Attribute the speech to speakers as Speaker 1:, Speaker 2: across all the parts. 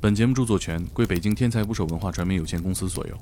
Speaker 1: 本节目著作权归北京天才捕手文化传媒有限公司所有。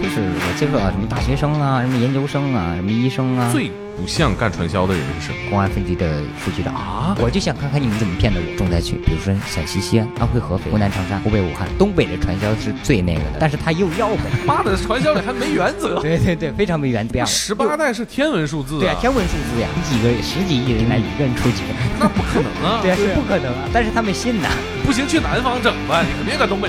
Speaker 2: 就是我接触到什么大学生啊，什么研究生啊，什么医生啊，
Speaker 3: 最不像干传销的人是什么？
Speaker 2: 公安分局的副局长
Speaker 3: 啊
Speaker 2: 我就想看看你们怎么骗的我重灾区，比如说陕西西安、安徽合肥、湖南长沙、湖北武汉、东北的传销是最那个的，但是他又 要我，
Speaker 3: 妈的，传销里还没原则。
Speaker 2: 对对对，非常没原则。
Speaker 3: 十八代是天文数字、啊，
Speaker 2: 对啊，天文数字呀，几个十几亿人来一个人出几个，
Speaker 3: 那不可能啊！
Speaker 2: 对啊，是不可能啊，但是他们信呐，
Speaker 3: 不行，去南方整吧，你可别搁 东北。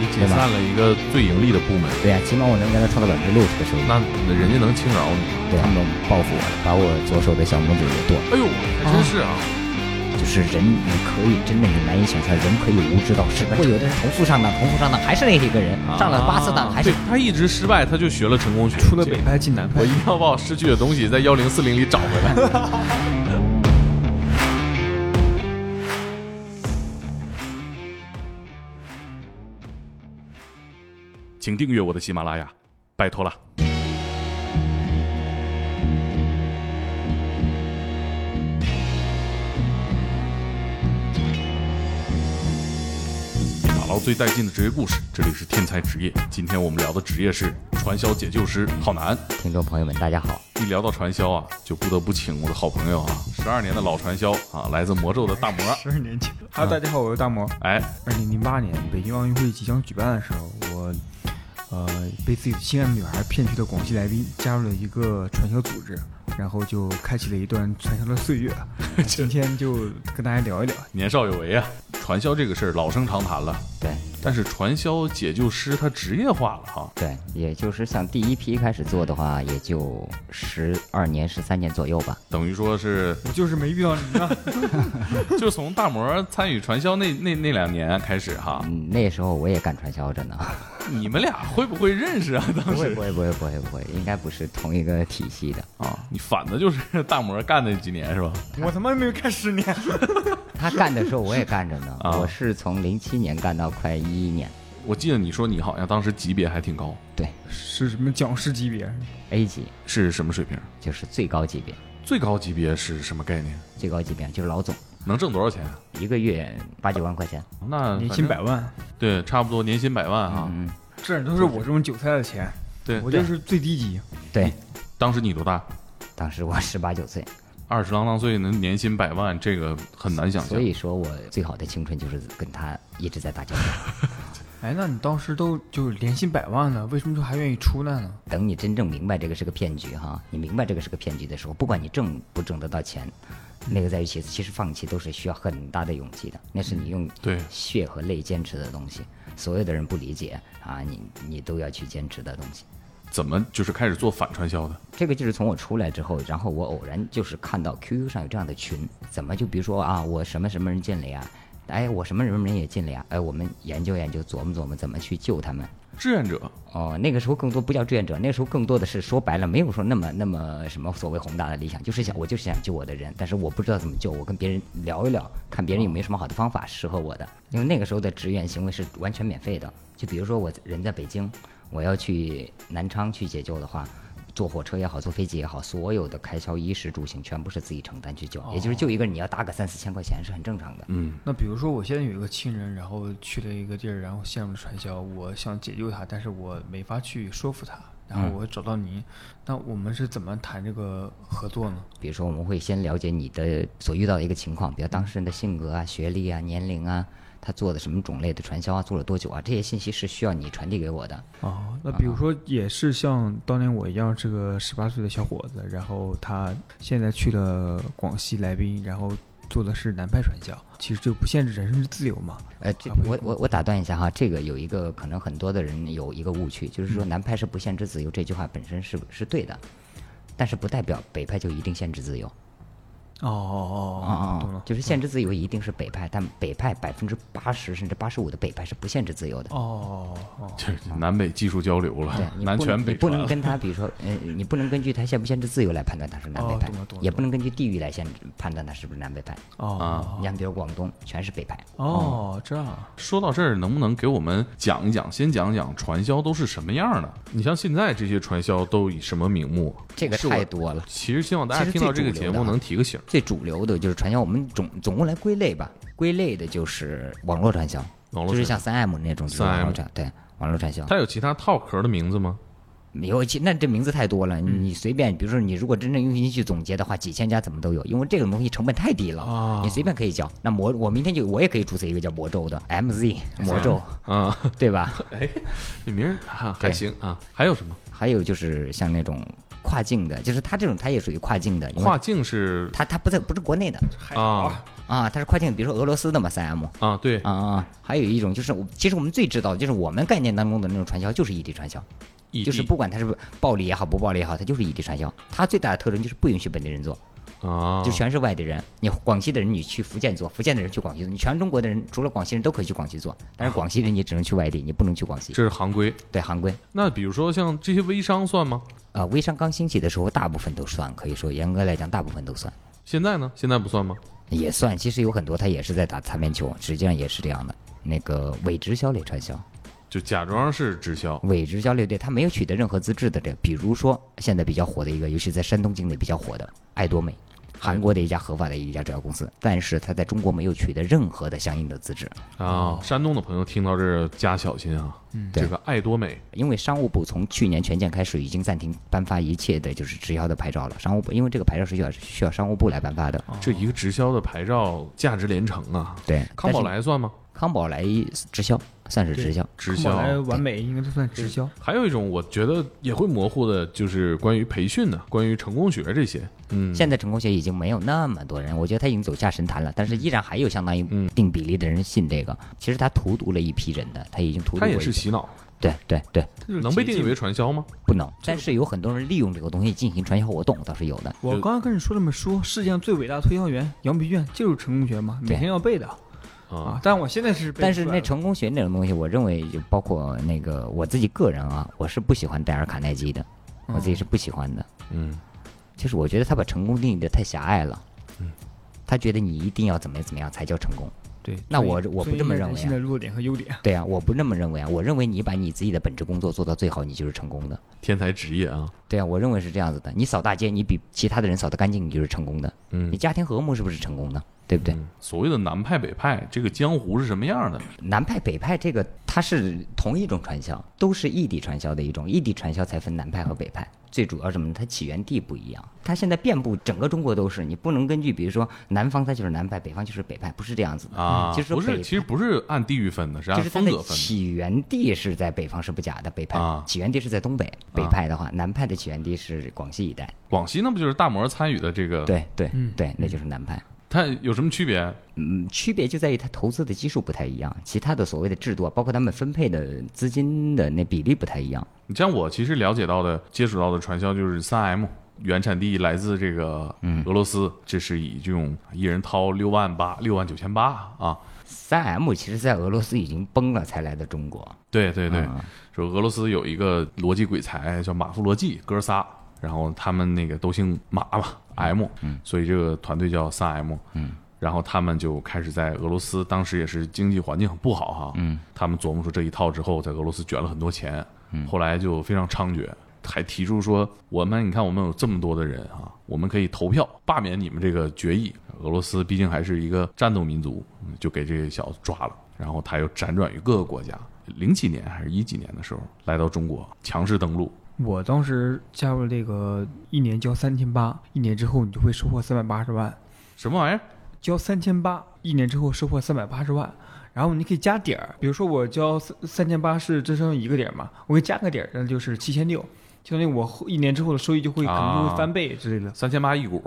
Speaker 3: 你解散了一个最盈利的部门，
Speaker 2: 对啊，起码我能给他创造百分之六十的收益，
Speaker 3: 那人家能轻饶你？
Speaker 2: 对他们报复我，把我左手的小拇指给剁了。
Speaker 3: 哎呦，还真是啊！
Speaker 2: 就是人，你可以真的你难以想象，人可以无知到失败。会啊有的人重复上当，重复上当，还是那些个人，
Speaker 1: 啊
Speaker 2: 上了八次当还是
Speaker 3: 对。他一直失败，他就学了成功学，出了北派进南派。我一定要把我失去的东西在幺零四零里找回来。
Speaker 1: 请订阅我的喜马拉雅，拜托了。打捞最带劲的职业故事，这里是天才职业。今天我们聊的职业是传销解救师，浩南。
Speaker 2: 听众朋友们，大家好，
Speaker 1: 一聊到传销啊，就不得不请我的好朋友啊，十二年的老传销啊，来自魔咒的大魔。
Speaker 4: 十二年前。Hello，大家好，我是大魔。
Speaker 1: 哎，
Speaker 4: 二零零八年北京奥运会即将举办的时候，我呃被自己的心爱的女孩骗去的广西来宾，加入了一个传销组织，然后就开启了一段传销的岁 月。今天就跟大家聊一聊，
Speaker 1: 年少有为啊，传销这个事儿老生常谈了，
Speaker 2: 对
Speaker 1: 但是传销解救师他职业化了哈、
Speaker 2: 对，也就是像第一批开始做的话，也就十二年、十三年左右吧。
Speaker 1: 等于说是
Speaker 4: 我就是没遇到你 呢。
Speaker 1: 就从大魔参与传销那那那两年开始哈，
Speaker 2: 嗯，那时候我也干传销着 呢。
Speaker 1: 你们俩会不会认识啊？
Speaker 2: 不
Speaker 1: 当
Speaker 2: 会
Speaker 1: 时
Speaker 2: 不会不会不会不会，应该不是同一个体系的。
Speaker 1: 啊，你反的就是大魔干那几年是吧？
Speaker 4: 我他妈没有干十年，
Speaker 2: 他干的时候我也干着 呢，
Speaker 1: 啊
Speaker 2: 我是从零七年干到快一一年，
Speaker 1: 我记得你说你好像当时级别还挺高，
Speaker 2: 对
Speaker 4: 是什么讲师级别？
Speaker 2: A 级
Speaker 1: 是什么水平？
Speaker 2: 就是最高级别，
Speaker 1: 最高级别是什么概念？
Speaker 2: 最高级别就是老总，
Speaker 1: 能挣多少钱啊？
Speaker 2: 一个月八九万块钱。
Speaker 1: 那
Speaker 4: 年
Speaker 1: 反正
Speaker 4: 薪百万，
Speaker 1: 对，差不多年薪百万哈。
Speaker 2: 嗯，
Speaker 4: 这都是我这种韭菜的钱，
Speaker 1: 对，
Speaker 4: 我就是最低级。
Speaker 2: 对，
Speaker 1: 当时你多大？
Speaker 2: 当时我十八九岁。
Speaker 1: 二十郎当岁能年薪百万，这个很难想象
Speaker 2: 所。以说我最好的青春就是跟他一直在打交道。
Speaker 4: 哎，那你当时都就是年薪百万了，为什么说还愿意出来呢？
Speaker 2: 等你真正明白这个是个骗局哈，你明白这个是个骗局的时候，不管你挣不挣得到钱，那个在于其次，其实放弃都是需要很大的勇气的，那是你用
Speaker 1: 对
Speaker 2: 血和泪坚持的东西，所有的人不理解啊，你你都要去坚持的东西。
Speaker 1: 怎么就是开始做反传销的？
Speaker 2: 这个就是从我出来之后，然后我偶然就是看到 QQ 上有这样的群，怎么就比如说啊，我什么什么人进了呀，哎，我什么什么人也进了呀，哎，我们研究研究，琢磨琢磨怎么去救他们。
Speaker 1: 志愿者
Speaker 2: 哦，那个时候更多不叫志愿者，那个时候更多的是说白了，没有说那么那么什么所谓宏大的理想，就是想我就是想救我的人，但是我不知道怎么救，我跟别人聊一聊，看别人有没有什么好的方法适合我的。因为那个时候的志愿行为是完全免费的，就比如说我人在北京，我要去南昌去解救的话。坐火车也好，坐飞机也好，所有的开销、衣食住行全部是自己承担去救，也就是救一个人，你要搭个三四千块钱是很正常的。
Speaker 1: 嗯
Speaker 4: 那比如说，我现在有一个亲人，然后去了一个地儿，然后陷入了传销，我想解救他，但是我没法去说服他，然后我找到您，那我们是怎么谈这个合作呢？
Speaker 2: 比如说，我们会先了解你的所遇到的一个情况，比如当事人的性格啊、学历啊、年龄啊，他做的什么种类的传销啊，做了多久啊，这些信息是需要你传递给我的。
Speaker 4: 哦，那比如说也是像当年我一样，这个十八岁的小伙子，然后他现在去了广西来宾，然后做的是南派传销，其实就不限制人身自由嘛。
Speaker 2: 呃，这
Speaker 4: 啊不是
Speaker 2: 我我我打断一下哈，这个有一个可能很多的人有一个误区，就是说南派是不限制自由这句话本身是是对的，但是不代表北派就一定限制自由。啊
Speaker 4: 哦哦哦，懂了，
Speaker 2: 就是限制自由一定是北派，但北派百分之八十甚至八十五的北派是不限制自由的。
Speaker 4: 哦哦
Speaker 1: 这南北技术交流
Speaker 2: 对
Speaker 1: 了，，
Speaker 2: 你
Speaker 1: 南
Speaker 2: 不能
Speaker 1: 拳北
Speaker 2: 你不能
Speaker 1: 传。
Speaker 2: 跟他，比如说，呃，你不能根据他限不限制自由来判断他是南北
Speaker 4: 哦
Speaker 2: 派
Speaker 4: 懂了懂，了
Speaker 2: 也不能根据地域来限制判断他是不是南北派。
Speaker 4: 哦
Speaker 2: 你像比如广东全是北派，
Speaker 4: 哦，这样
Speaker 1: 说到这儿，能不能给我们讲一讲？先讲讲传销都是什么样的？你像现在这些传销都以什么名目？
Speaker 2: 这个
Speaker 1: 是我
Speaker 2: 太多了。
Speaker 1: 其实希望大家听到这个节目能提个醒儿。
Speaker 2: 最主流的就是传销，我们总总共来归类吧，归类的就是网络传销，
Speaker 1: 网络
Speaker 2: 就是
Speaker 1: 传销
Speaker 2: 像三 M 那种就是
Speaker 1: 3M
Speaker 2: 网络传，对，网络传销。
Speaker 1: 它有其他套壳的名字 吗？
Speaker 2: 没有，其那这名字太多了，
Speaker 1: 嗯
Speaker 2: 你随便，比如说你如果真正用心去总结的话，几千家怎么都有，因为这种东西成本太低了，
Speaker 1: 啊
Speaker 2: 你随便可以叫。那魔，我明天就我也可以注册一个叫魔咒的 MZ 魔咒，
Speaker 1: 啊，
Speaker 2: 对吧？
Speaker 1: 哎，这名儿啊
Speaker 2: 对
Speaker 1: 还行啊。还有什么？
Speaker 2: 还有就是像那种跨境的，就是它这种它也属于跨境的，因为
Speaker 1: 跨境是
Speaker 2: 它它不在不是国内的
Speaker 1: 啊
Speaker 2: 啊，它是跨境，比如说俄罗斯的嘛，三 M
Speaker 1: 啊，对
Speaker 2: 啊啊，还有一种就是我其实我们最知道的就是我们概念当中的那种传销就是异地传销，
Speaker 1: 异
Speaker 2: 就是
Speaker 1: 地
Speaker 2: 不管它是不暴力也好，不暴力也好，它就是异地传销，它最大的特征就是不允许本地人做。
Speaker 1: 啊，
Speaker 2: 就全是外地人。你广西的人你去福建做，福建的人去广西做，你全中国的人除了广西人都可以去广西做，但是广西人你只能去外地，你不能去广西。
Speaker 1: 这是行规。
Speaker 2: 对，行规。
Speaker 1: 那比如说像这些微商算吗？
Speaker 2: 呃，微商刚兴起的时候，大部分都算，可以说严格来讲，大部分都算，
Speaker 1: 现在呢？现在不算吗？
Speaker 2: 也算。其实有很多他也是在打擦边球，实际上也是这样的。那个伪直销类传销，
Speaker 1: 就假装是直销
Speaker 2: 伪直销类对他没有取得任何资质的这，比如说现在比较火的一个，尤其在山东境内比较火的爱多美，韩国的一家合法的一家直销公司，但是他在中国没有取得任何的相应的资质。哦
Speaker 1: 啊。山东的朋友听到这儿加小心啊，
Speaker 2: 对
Speaker 1: 这个爱多美
Speaker 2: 因为商务部从去年全建开始已经暂停颁发一切的就是直销的牌照了。商务部因为这个牌照是需要需要商务部来颁发的，
Speaker 1: 这一个直销的牌照价值连城啊。
Speaker 2: 对。
Speaker 1: 康宝
Speaker 2: 哦但是
Speaker 1: 莱算吗？
Speaker 2: 康宝莱直销算是直销，
Speaker 1: 直
Speaker 4: 后来
Speaker 1: 销。
Speaker 4: 完美应该都算直销。
Speaker 1: 还有一种我觉得也会模糊的，就是关于培训的，关于成功学这些。嗯，
Speaker 2: 现在成功学已经没有那么多人，我觉得他已经走下神坛了，但是依然还有相当一
Speaker 1: 嗯
Speaker 2: 定比例的人信这个。其实他荼毒了一批人的，他已经荼毒
Speaker 1: 它
Speaker 2: 过一
Speaker 1: 也
Speaker 2: 批
Speaker 1: 是洗脑，
Speaker 2: 对对对，
Speaker 1: 能被定义为传销吗？
Speaker 2: 不能。但是有很多人利用这个东西进行传销活动，倒是有的。
Speaker 4: 我刚刚跟你说这么说，世界上最伟大的推销员杨培卷就是成功学嘛，每
Speaker 2: 对
Speaker 4: 天要背的啊
Speaker 1: 啊。
Speaker 4: 但我现在是背不出来
Speaker 2: 但
Speaker 4: 了，
Speaker 2: 是那成功学那种东西，我认为就包括那个我自己个人啊，我是不喜欢戴尔卡耐基的，我
Speaker 4: 嗯
Speaker 2: 自己是不喜欢的。
Speaker 1: 嗯，
Speaker 2: 就是我觉得他把成功定义的太狭隘了，
Speaker 4: 嗯
Speaker 2: 他觉得你一定要怎么怎么样才叫成功。
Speaker 4: 对，
Speaker 2: 那我
Speaker 4: 所以
Speaker 2: 我不这么认为啊
Speaker 4: 所以人性的弱点和优点，
Speaker 2: 对啊，我不那么认为啊，我认为你把你自己的本职工作做到最好，你就是成功的。
Speaker 1: 天才职业啊，
Speaker 2: 对啊，我认为是这样子的。你扫大街，你比其他的人扫得干净，你就是成功的。
Speaker 1: 嗯
Speaker 2: 你家庭和睦是不是成功呢？对不对？
Speaker 1: 嗯所谓的南派北派，这个江湖是什么样的？
Speaker 2: 南派北派这个它是同一种传销，都是异地传销的一种，异地传销才分南派和北派。最主要什么呢？它起源地不一样，它现在遍布整个中国都是，你不能根据比如说南方它就是南派，北方就是北派，不是这样子的
Speaker 1: 啊，
Speaker 2: 嗯其实
Speaker 1: 不
Speaker 2: 北
Speaker 1: 是，
Speaker 2: 派
Speaker 1: 其实不是按地域分的，是
Speaker 2: 就
Speaker 1: 按
Speaker 2: 是它
Speaker 1: 风
Speaker 2: 的
Speaker 1: 格分的。
Speaker 2: 起源地是在北方是不假的，北派、
Speaker 1: 啊
Speaker 2: 起源地是在东北，北派的话，南派的起源地是广西一带。
Speaker 1: 广西那不就是大摩参与的这个？，
Speaker 2: 对对、对，
Speaker 1: 嗯
Speaker 2: 那就是南派。
Speaker 1: 它有什么区别？
Speaker 2: 嗯，区别就在于它投资的基数不太一样，其他的所谓的制度啊，包括他们分配的资金的那比例不太一样。
Speaker 1: 你像我其实了解到的、接触到的传销就是三 M，原产地来自这个俄罗斯，这是以这种一人掏六万八、六万九千八啊。
Speaker 2: 三 M 其实在俄罗斯已经崩了，才来的中国。
Speaker 1: 对对对
Speaker 2: 啊，
Speaker 1: 说俄罗斯有一个逻辑鬼才叫马夫罗季哥仨，然后他们那个都姓马嘛，M，所以这个团队叫三 M。嗯。然后他们就开始在俄罗斯，当时也是经济环境很不好哈，嗯，他们琢磨出这一套之后，在俄罗斯卷了很多钱，嗯，后来就非常猖獗，还提出说我们你看我们有这么多的人啊，我们可以投票罢免你们这个决议。俄罗斯毕竟还是一个战斗民族，嗯就给这小子抓了，然后他又辗转于各个国家。零几年还是一几年的时候来到中国，强势登陆，
Speaker 4: 我当时加入这个一年交三千八，一年之后你就会收获三百八十万，
Speaker 1: 什么玩意儿？
Speaker 4: 交三千八，一年之后收获三百八十万。然后你可以加点儿，比如说我交三三千八是只剩一个点儿嘛，我给加个点儿，那就是七千六，相当于我后一年之后的收益就会可能就
Speaker 1: 啊
Speaker 4: 会翻倍之类的。
Speaker 1: 三千八一股，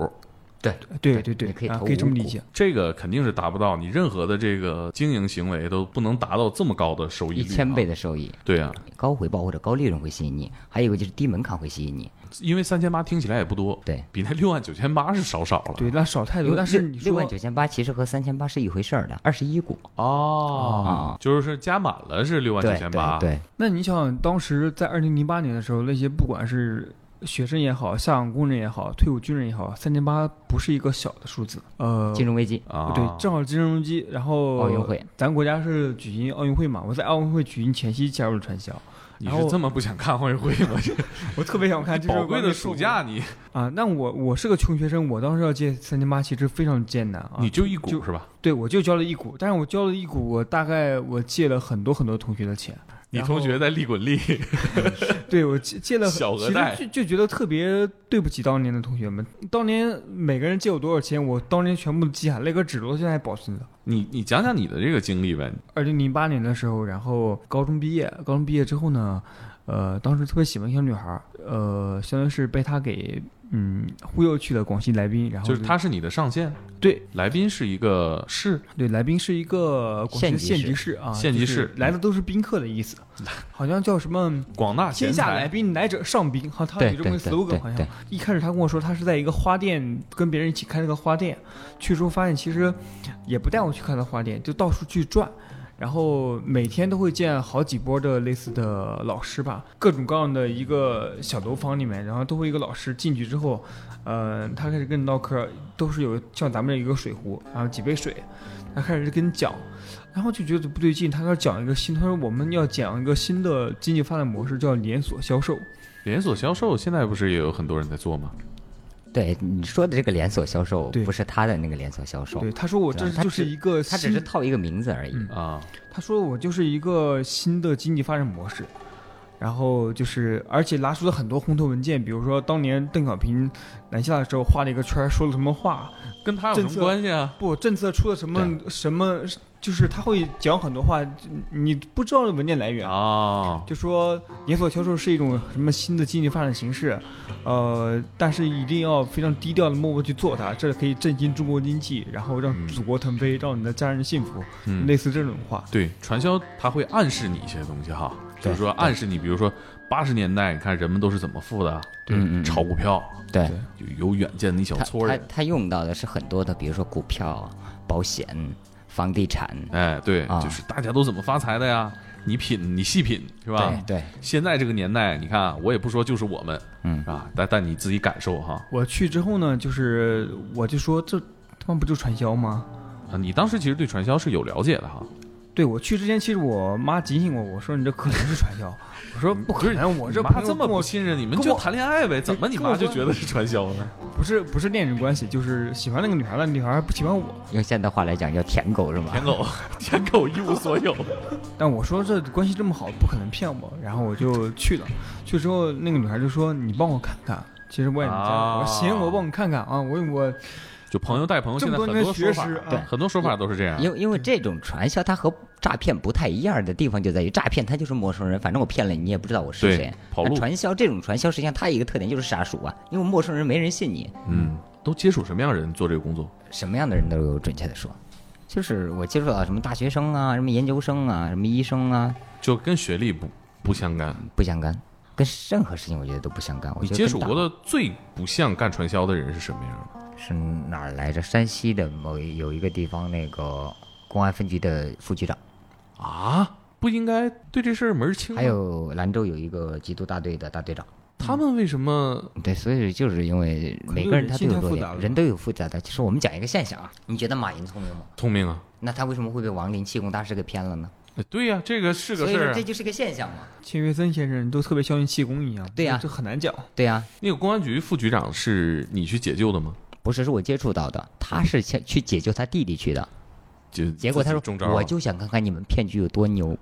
Speaker 2: 对，
Speaker 4: 对
Speaker 2: 你
Speaker 4: 对对
Speaker 2: 可以，
Speaker 4: 啊
Speaker 2: 投，
Speaker 4: 可以这么
Speaker 2: 五
Speaker 4: 理
Speaker 2: 股
Speaker 4: 解。
Speaker 1: 这个肯定是达不到，你任何的这个经营行为都不能达到这么高的收益率、
Speaker 2: 一
Speaker 1: 啊，
Speaker 2: 千倍的收益，
Speaker 1: 对啊，
Speaker 2: 高回报或者高利润会吸引你，还有一个就是低门槛会吸引你。
Speaker 1: 因为三千八听起来也不多，
Speaker 2: 对，
Speaker 1: 比那六万九千八是少少了。
Speaker 4: 对，那少太
Speaker 2: 因
Speaker 4: 多。
Speaker 2: 为
Speaker 4: 但是
Speaker 2: 六
Speaker 4: 你
Speaker 2: 六
Speaker 4: 说
Speaker 2: 万九千八其实和三千八是一回事儿的，二十一股。
Speaker 1: 哦
Speaker 2: 啊，
Speaker 1: 就是加满了是六万九
Speaker 2: 对
Speaker 1: 千
Speaker 2: 对
Speaker 1: 八，
Speaker 2: 对，
Speaker 4: 那你想想，当时在二零零八年的时候，那些不管是学生也好，下岗工人也好，退伍军人也好，三千八不是一个小的数字。呃，
Speaker 2: 金融危机、
Speaker 1: 啊，
Speaker 4: 对，正好金融机，然后
Speaker 2: 奥运，会，
Speaker 4: 咱国家是举行奥运会嘛，我在奥运会举行前夕加入了传销，
Speaker 1: 你
Speaker 4: 然
Speaker 1: 是
Speaker 4: 后
Speaker 1: 这么不想看奥运会 吗？这
Speaker 4: 我特别想看 这
Speaker 1: 宝贵的暑假你
Speaker 4: 啊。那我我是个穷学生，我当时要借三千八其实非常艰难啊。
Speaker 1: 你就一股
Speaker 4: 就是
Speaker 1: 吧？
Speaker 4: 对我就交了一股，但是我交了一股，我大概我借了很多很多同学的钱。
Speaker 1: 你
Speaker 4: 然后
Speaker 1: 同学在利滚利，
Speaker 4: 对我借借了很
Speaker 1: 小额贷
Speaker 4: 其实就就觉得特别对不起当年的同学们。当年每个人借我多少钱，我当年全部记下，那个纸我现在还保存着。
Speaker 1: 你你讲讲你的这个经历呗？
Speaker 4: 二零零八年的时候，然后高中毕业，高中毕业之后呢，呃，当时特别喜欢一个小女孩儿，呃，相当于是被她给嗯忽悠去了广西来宾，然后
Speaker 1: 就是他是你的上线，
Speaker 4: 对
Speaker 1: 来宾是一个市，
Speaker 4: 对，来宾是一个广西
Speaker 2: 县
Speaker 4: 的
Speaker 2: 级
Speaker 4: 县
Speaker 2: 市
Speaker 4: 级市啊，
Speaker 1: 县级
Speaker 4: 就是
Speaker 1: 市
Speaker 4: 来的都是宾客的意 思，好像叫什么。
Speaker 1: 广大
Speaker 4: 天
Speaker 1: 贤
Speaker 4: 下来
Speaker 1: 才，
Speaker 4: 宾来者上宾，好，他
Speaker 2: 对
Speaker 4: 有这么个
Speaker 2: 对对
Speaker 4: slogan，好
Speaker 2: 对
Speaker 4: 像。一开始他跟我说他是在一个花店跟别人一起开了个花店，去之后发现其实也不带我去看他花店，就到处去转，然后每天都会见好几波的类似的呃老师吧，各种各样的一个小楼房里面，然后都会一个老师进去之后，呃，他开始跟你唠嗑，都是有像咱们这一个水壶，然后几杯水，他开始跟你讲。然后就觉得不对劲，他开始讲一个新，他说我们要讲一个新的经济发展模式，叫连锁销售。
Speaker 1: 连锁销售现在不是也有很多人在做吗？
Speaker 2: 对你说的这个连锁销售，
Speaker 4: 对
Speaker 2: 不是他的那个连锁销售，
Speaker 4: 对，他说我这
Speaker 2: 对他
Speaker 4: 就是
Speaker 2: 只
Speaker 4: 一个
Speaker 2: 他
Speaker 4: 新，
Speaker 2: 只是套一个名字而已。
Speaker 4: 嗯
Speaker 1: 啊，
Speaker 4: 他说我就是一个新的经济发展模式，然后就是而且拿出了很多红头文件，比如说当年邓小平南下的时候画了一个圈儿，说了什么话，
Speaker 1: 跟他有
Speaker 4: 政
Speaker 1: 什么
Speaker 4: 策
Speaker 1: 关系啊？
Speaker 4: 不政策出了什么什么，就是他会讲很多话，你不知道文件来源。
Speaker 1: 啊，
Speaker 4: 就说连锁销售是一种什么新的经济发展形式，呃，但是一定要非常低调的默默去做它，这可以振兴中国经济，然后让
Speaker 1: 嗯
Speaker 4: 祖国腾飞，让你的家人幸福，
Speaker 1: 嗯，
Speaker 4: 类似这种话。
Speaker 1: 对，传销它会暗示你一些东西哈，就是说暗示你，比如说八十年代，你看人们都是怎么富的，
Speaker 2: 嗯嗯嗯
Speaker 1: 炒股票，
Speaker 2: 对，
Speaker 1: 就有远见的一小
Speaker 2: 他
Speaker 1: 撮
Speaker 2: 他
Speaker 1: 人，
Speaker 2: 他用到的是很多的，比如说股票、啊保险、房地产，
Speaker 1: 哎，对，
Speaker 2: 啊
Speaker 1: 就是大家都怎么发财的呀？你品，你细品，是吧？
Speaker 2: 对对，
Speaker 1: 现在这个年代，你看啊我也不说就是我们，
Speaker 2: 嗯
Speaker 1: 啊，但但你自己感受哈。
Speaker 4: 我去之后呢，就是我就说这他妈不就传销吗？
Speaker 1: 啊你当时其实对传销是有了解的哈，
Speaker 4: 对我去之前，其实我妈警醒我，我说你这可能是传销，我说不可能，我这
Speaker 1: 你妈
Speaker 4: 朋友
Speaker 1: 这么
Speaker 4: 跟我
Speaker 1: 不信任你们，
Speaker 4: 跟
Speaker 1: 就
Speaker 4: 我
Speaker 1: 谈恋爱呗？怎么你
Speaker 4: 跟我
Speaker 1: 妈就
Speaker 4: 说
Speaker 1: 觉得是传销呢？
Speaker 4: 不是不是恋人关系，就是喜欢那个女孩，但女孩不喜欢我。
Speaker 2: 用现代话来讲叫舔狗是吗？
Speaker 1: 舔 狗，舔狗一无所有。
Speaker 4: 但我说这关系这么好，不可能骗我，然后我就去了。去之后，那个女孩就说：“你帮我看看。”其实我也没见
Speaker 1: 啊
Speaker 4: 过，我说行，我帮你看看啊。我我
Speaker 1: 就朋友带朋友，
Speaker 4: 这
Speaker 1: 现
Speaker 4: 么
Speaker 1: 在很
Speaker 4: 多年
Speaker 1: 说
Speaker 4: 的学
Speaker 1: 法
Speaker 4: 识，
Speaker 2: 对
Speaker 4: 啊，
Speaker 1: 很多说法都是这样。
Speaker 2: 因为因为这种传销，它和诈骗不太一样的地方就在于，诈骗它就是陌生人，反正我骗了你，你也不知道我是
Speaker 1: 对
Speaker 2: 谁。
Speaker 1: 跑
Speaker 2: 那
Speaker 1: 路
Speaker 2: 传销这种传销，实际上它有一个特点就是杀熟啊，因为陌生人没人信你，
Speaker 1: 嗯，都接触什么样的人做这个工作？
Speaker 2: 什么样的人都有，准确的说，就是我接触到什么大学生啊，什么研究生啊，什么医生啊，
Speaker 1: 就跟学历不不相干。
Speaker 2: 不相干，跟任何事情我觉得都不相干。我
Speaker 1: 你
Speaker 2: 觉得
Speaker 1: 接
Speaker 2: 跟
Speaker 1: 触
Speaker 2: 党
Speaker 1: 过的最不像干传销的人是什么样的？
Speaker 2: 是哪儿来着？山西的某一有一个地方，那个公安分局的副局长，
Speaker 1: 啊，不应该对这事儿门儿清吗？
Speaker 2: 还有兰州有一个缉毒大队的大队长。
Speaker 1: 他们为什么？
Speaker 2: 对，所以就是因为每个人他都有弱点，人都有复杂的。其实我们讲一个现象啊，你觉得马云聪明吗？
Speaker 1: 聪明啊！
Speaker 2: 那他为什么会被王林气功大师给骗了呢？
Speaker 1: 哎对呀、这个是个
Speaker 2: 所以
Speaker 1: 事儿
Speaker 2: 说
Speaker 1: 啊
Speaker 2: 这。就是个现象嘛。
Speaker 4: 钱学森先生都特别相信气功一样，
Speaker 2: 对呀
Speaker 4: 这很难讲。
Speaker 2: 对啊呀、
Speaker 1: 那个公安局副局长是你去解救的吗？
Speaker 2: 不是，是我接触到的，他是先去解救他弟弟去的，
Speaker 1: 就
Speaker 2: 结果他
Speaker 1: 自己
Speaker 2: 说
Speaker 1: 中招了，啊
Speaker 2: 我就想看看你们骗局有 多牛，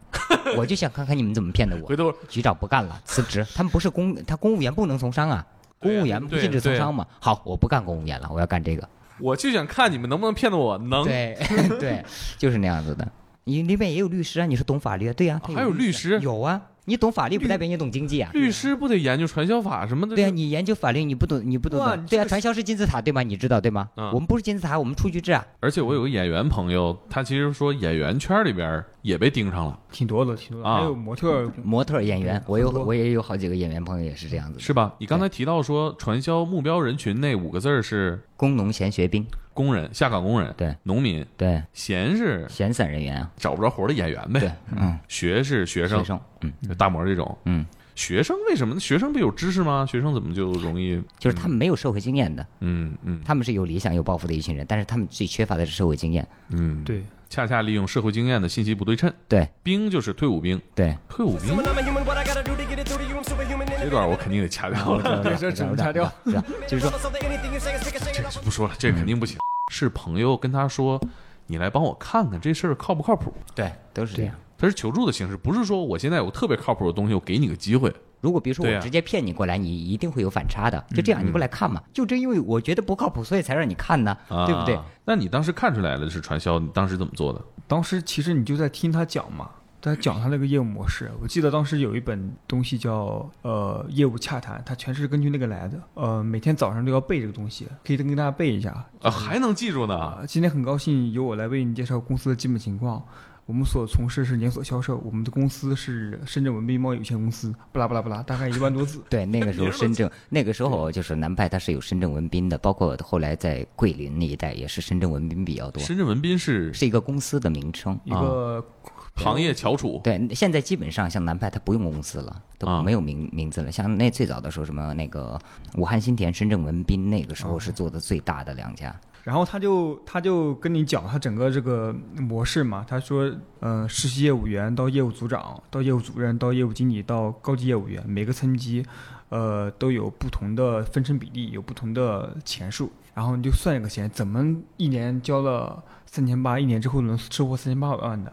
Speaker 2: 我就想看看你们怎么骗的我
Speaker 1: 回。头
Speaker 2: 局长不干了，辞职。他们不是公，他公务员不能从商啊，
Speaker 1: 对啊
Speaker 2: 公务员不禁止
Speaker 1: 对
Speaker 2: 从
Speaker 1: 对
Speaker 2: 商嘛。好，我不干公务员了，我要干这个。
Speaker 1: 我就想看你们能不能骗到我，能。
Speaker 2: 对对，就是那样子的。你那边也有律师啊？你说懂法律啊？对呀、他
Speaker 1: 还有律师
Speaker 2: 有啊，你懂法律不代表你懂经济啊。
Speaker 1: 律师不得研究传销法什么的？
Speaker 2: 对啊，你研究法律，你不懂，你不懂的
Speaker 4: 哇你。这
Speaker 2: 对啊，
Speaker 4: 个
Speaker 2: 传销是金字塔，对吗？你知道对吗？
Speaker 1: 嗯
Speaker 2: 我们不是金字塔，我们出去制啊。
Speaker 1: 而且我有个演员朋友，他其实说演员圈里边也被盯上了，
Speaker 4: 挺多的，挺多的，
Speaker 1: 啊
Speaker 4: 还有模特儿，
Speaker 2: 模特儿演员
Speaker 4: 对，
Speaker 2: 我有
Speaker 4: 很多
Speaker 2: 我也有好几个演员朋友也是这样子的，
Speaker 1: 是吧？你刚才提到说传销目标人群那五个字儿是
Speaker 2: 工农闲学兵，
Speaker 1: 工人、下岗工人、
Speaker 2: 对
Speaker 1: 农民，
Speaker 2: 对，
Speaker 1: 闲是
Speaker 2: 闲散人员啊，
Speaker 1: 找不着活的演员呗，
Speaker 2: 对，嗯，
Speaker 1: 学是学生
Speaker 2: 学，生，嗯，
Speaker 1: 就大魔这种，
Speaker 2: 嗯，
Speaker 1: 学生为什么？学生不有知识吗？学生怎么就容易？
Speaker 2: 就是他们没有社会经验的，
Speaker 1: 嗯嗯
Speaker 2: 他们是有理想有抱负的一群人，但是他们最缺乏的是社会经验。
Speaker 1: 嗯，，
Speaker 4: 对，
Speaker 1: 恰恰利用社会经验的信息不对称，
Speaker 2: 对
Speaker 1: 兵就是退伍兵，
Speaker 2: 对，
Speaker 1: 退伍兵
Speaker 5: When I'm a human, what I gotta do to get it through to you, I'm superhuman.
Speaker 1: 这段我肯定得掐掉了，
Speaker 4: 对，这只能掐掉。
Speaker 2: 是吧？就是说，
Speaker 5: Something, anything you say is taking a second.
Speaker 1: 不说了，这肯定不行。是朋友跟他说，你来帮我看看这事儿靠不靠谱。
Speaker 2: 对，都是这样。
Speaker 1: 他是求助的形式，不是说我现在有特别靠谱的东西，我给你个机会。
Speaker 2: 如果比如说
Speaker 1: 对
Speaker 2: 我
Speaker 1: 啊
Speaker 2: 直接骗你过来，你一定会有反差的。就这样，你过来看嘛。就正因为我觉得不靠谱，所以才让你看呢，
Speaker 1: 啊
Speaker 2: 对不对？？
Speaker 1: 那你当时看出来了是传销，你当时怎么做的？
Speaker 4: 当时其实你就在听他讲嘛，他讲他那个业务模式。我记得当时有一本东西叫呃业务洽谈，它全是根据那个来的。呃，每天早上都要背这个东西，可以跟大家背一下。
Speaker 2: 嗯。
Speaker 1: 啊，还能记住呢？
Speaker 4: 啊，今天很高兴由我来为你介绍公司的基本情况。我们所从事是连锁销售，我们的公司是深圳文斌贸易有限公司，不啦不啦不啦，大概一万多字
Speaker 2: 对，那个时候深圳，那个时候就是南派，它是有深圳文斌的，包括后来在桂林那一带也是深圳文斌比较多，
Speaker 1: 深圳文斌是
Speaker 2: 是一个公司的名称。啊
Speaker 4: 一个
Speaker 1: 啊行业翘楚，
Speaker 2: 对，现在基本上像南派，它不用公司了，
Speaker 1: 啊
Speaker 2: 都没有名、名字了。像那最早的时候，什么那个武汉新田、深圳文斌，那个时
Speaker 4: 啊
Speaker 2: 候是做的最大的两家。
Speaker 4: 然后他就他就跟你讲他整个这个模式嘛，他说，呃，实习业务员到业务组长，到业务主任，到业务经理，到高级业务员，每个层级，呃，都有不同的分成比例，有不同的钱数，然后你就算这个钱，怎么一年交了三千八，一年之后能收获三千八百万的，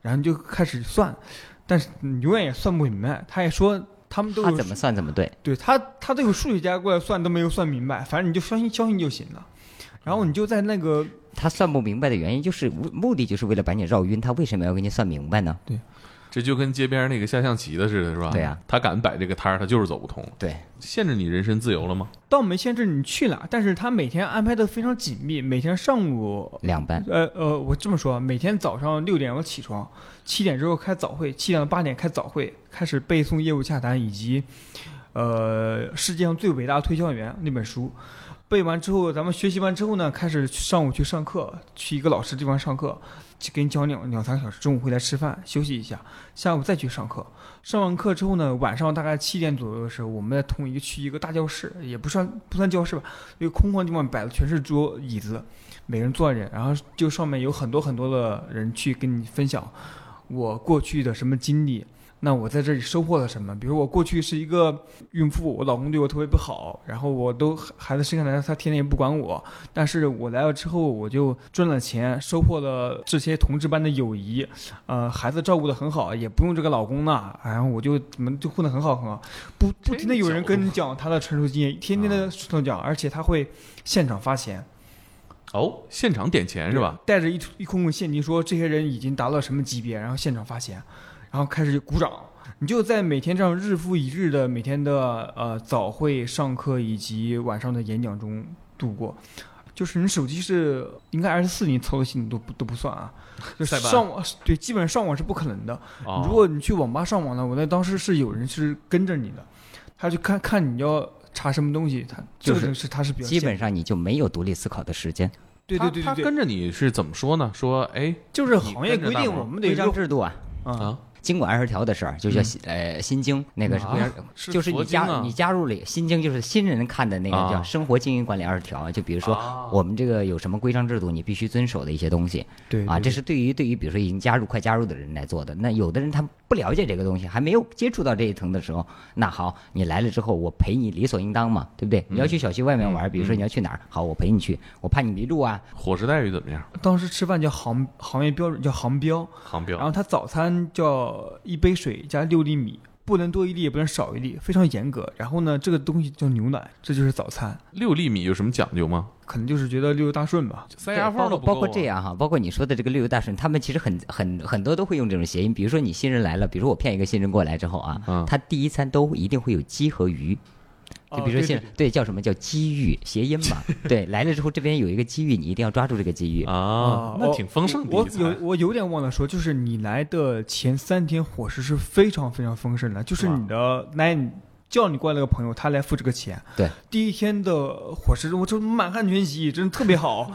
Speaker 4: 然后你就开始算，但是你永远也算不明白。他也说他们都
Speaker 2: 他
Speaker 4: 有
Speaker 2: 怎么算怎么对，
Speaker 4: 对他，他都有数学家过来算都没有算明白，反正你就相信相信就行了。然后你就在那个
Speaker 2: 他算不明白的原因就是目的就是为了把你绕晕，他为什么要给你算明白呢？
Speaker 1: 这就跟街边那个下象棋的似的，是吧？
Speaker 2: 对呀
Speaker 1: 他敢摆这个摊儿，他就是走不通，
Speaker 2: 对，
Speaker 1: 限制你人身自由了吗？
Speaker 4: 倒没限制你去哪，但是他每天安排的非常紧密，每天上午，
Speaker 2: 两班。
Speaker 4: 呃呃，我这么说啊，每天早上六点我起床，七点之后开早会，七点到八点开早会，开始背诵业务洽谈以及，呃，世界上最伟大的推销员那本书。背完之后，咱们学习完之后呢，开始上午去上课，去一个老师地方上课，就给你讲两两三个小时，中午回来吃饭休息一下，下午再去上课。上完课之后呢，晚上大概七点左右的时候，我们再同一个去一个大教室，也不算不算教室吧，一个空旷地方摆的全是桌椅子，每个人坐着，然后就上面有很多很多的人去跟你分享我过去的什么经历。那我在这里收获了什么？比如我过去是一个孕妇，我老公对我特别不好，然后我都孩子生下来，他天天也不管我。但是我来了之后，我就赚了钱，收获了这些同志般的友谊，呃，孩子照顾的很好，也不用这个老公了，然后我就怎么就混得很好很好，不不停的有人跟你讲他的成熟经验，天天
Speaker 1: 啊
Speaker 4: 的跟你讲，而且他会现场发钱，
Speaker 1: 哦，现场点钱是吧？？
Speaker 4: 带着一一空空现金说这些人已经达到什么级别，然后现场发钱，然后开始鼓掌。你就在每天这样日复一日的每天的呃早会、上课以及晚上的演讲中度过。就是你手机是应该二十四你操作系统都不都不 算啊，就
Speaker 1: 塞班
Speaker 4: 上网对，基本上上网是不可能的。
Speaker 1: 哦
Speaker 4: 如果你去网吧上网呢，我那当时是有人是跟着你的，他去看看你要查什么东西，他
Speaker 2: 就是
Speaker 4: 这个是他是比较
Speaker 2: 基本
Speaker 4: 限
Speaker 2: 上你就没有独立思考的时间，
Speaker 4: 对对对
Speaker 1: 他他
Speaker 4: 对对，
Speaker 1: 跟着你是怎么说呢？说哎
Speaker 4: 就是行业
Speaker 1: 你跟着
Speaker 4: 规
Speaker 1: 大
Speaker 4: 定，
Speaker 1: 伙儿
Speaker 4: 我们得
Speaker 2: 规章
Speaker 4: 入
Speaker 2: 制度啊，
Speaker 4: 啊，
Speaker 1: 啊，
Speaker 2: 经管二十条的事儿，就叫新
Speaker 4: 嗯
Speaker 2: 呃《新经》那个是规章，
Speaker 1: 是
Speaker 2: 就是
Speaker 1: 佛
Speaker 2: 你
Speaker 1: 经
Speaker 2: 加、
Speaker 1: 啊
Speaker 2: 你加入了《新经》，就是新人看的那个
Speaker 1: 啊
Speaker 2: 叫《生活经营管理二十条》，就比如说
Speaker 1: 啊
Speaker 2: 我们这个有什么规章制度，你必须遵守的一些东西
Speaker 4: 对
Speaker 2: 啊，这是对于对于比如说已经加入快加入的人来做的。那有的人他不了解这个东西，还没有接触到这一层的时候，那好，你来了之后我陪你理所应当嘛，对不对？你要
Speaker 1: 嗯
Speaker 2: 去小区外面玩，比如说你要去哪儿，好，我陪你去，我怕你迷路啊，
Speaker 1: 伙食待遇怎么样？
Speaker 4: 当时吃饭叫行行业标准叫行标，
Speaker 1: 航
Speaker 4: 然
Speaker 1: 标
Speaker 4: 后他早餐叫一杯水加六粒米，不能多一粒，也不能少一粒，非常严格。然后呢，这个东西叫牛奶，这就是早餐，
Speaker 1: 六粒米有什么讲究吗？
Speaker 4: 可能就是觉得六六大顺吧。
Speaker 1: 塞牙缝
Speaker 2: 包
Speaker 1: 儿都
Speaker 2: 括
Speaker 1: 不够啊
Speaker 2: 包括这，样哈，包括你说的这个六六大顺，他们其实很很很多都会用这种谐音。比如说你新人来了，比如说我骗一个新人过来之后啊，
Speaker 1: 嗯哦
Speaker 2: 他第一餐都一定会有鸡和鱼。就比如说现在、对叫什么叫机遇谐音 嘛？对，来了之后这边有一个机遇，你一定要抓住这个机遇。
Speaker 1: 啊，那挺丰盛的
Speaker 4: 我
Speaker 1: 一餐
Speaker 4: 有我有点忘了说，就是你来的前三天伙食是非常非常丰盛的，就是你的来你叫你过来那个朋友，他来付这个钱。
Speaker 2: 对，
Speaker 4: 第一天的伙食我就满汉全席，真的特 别好。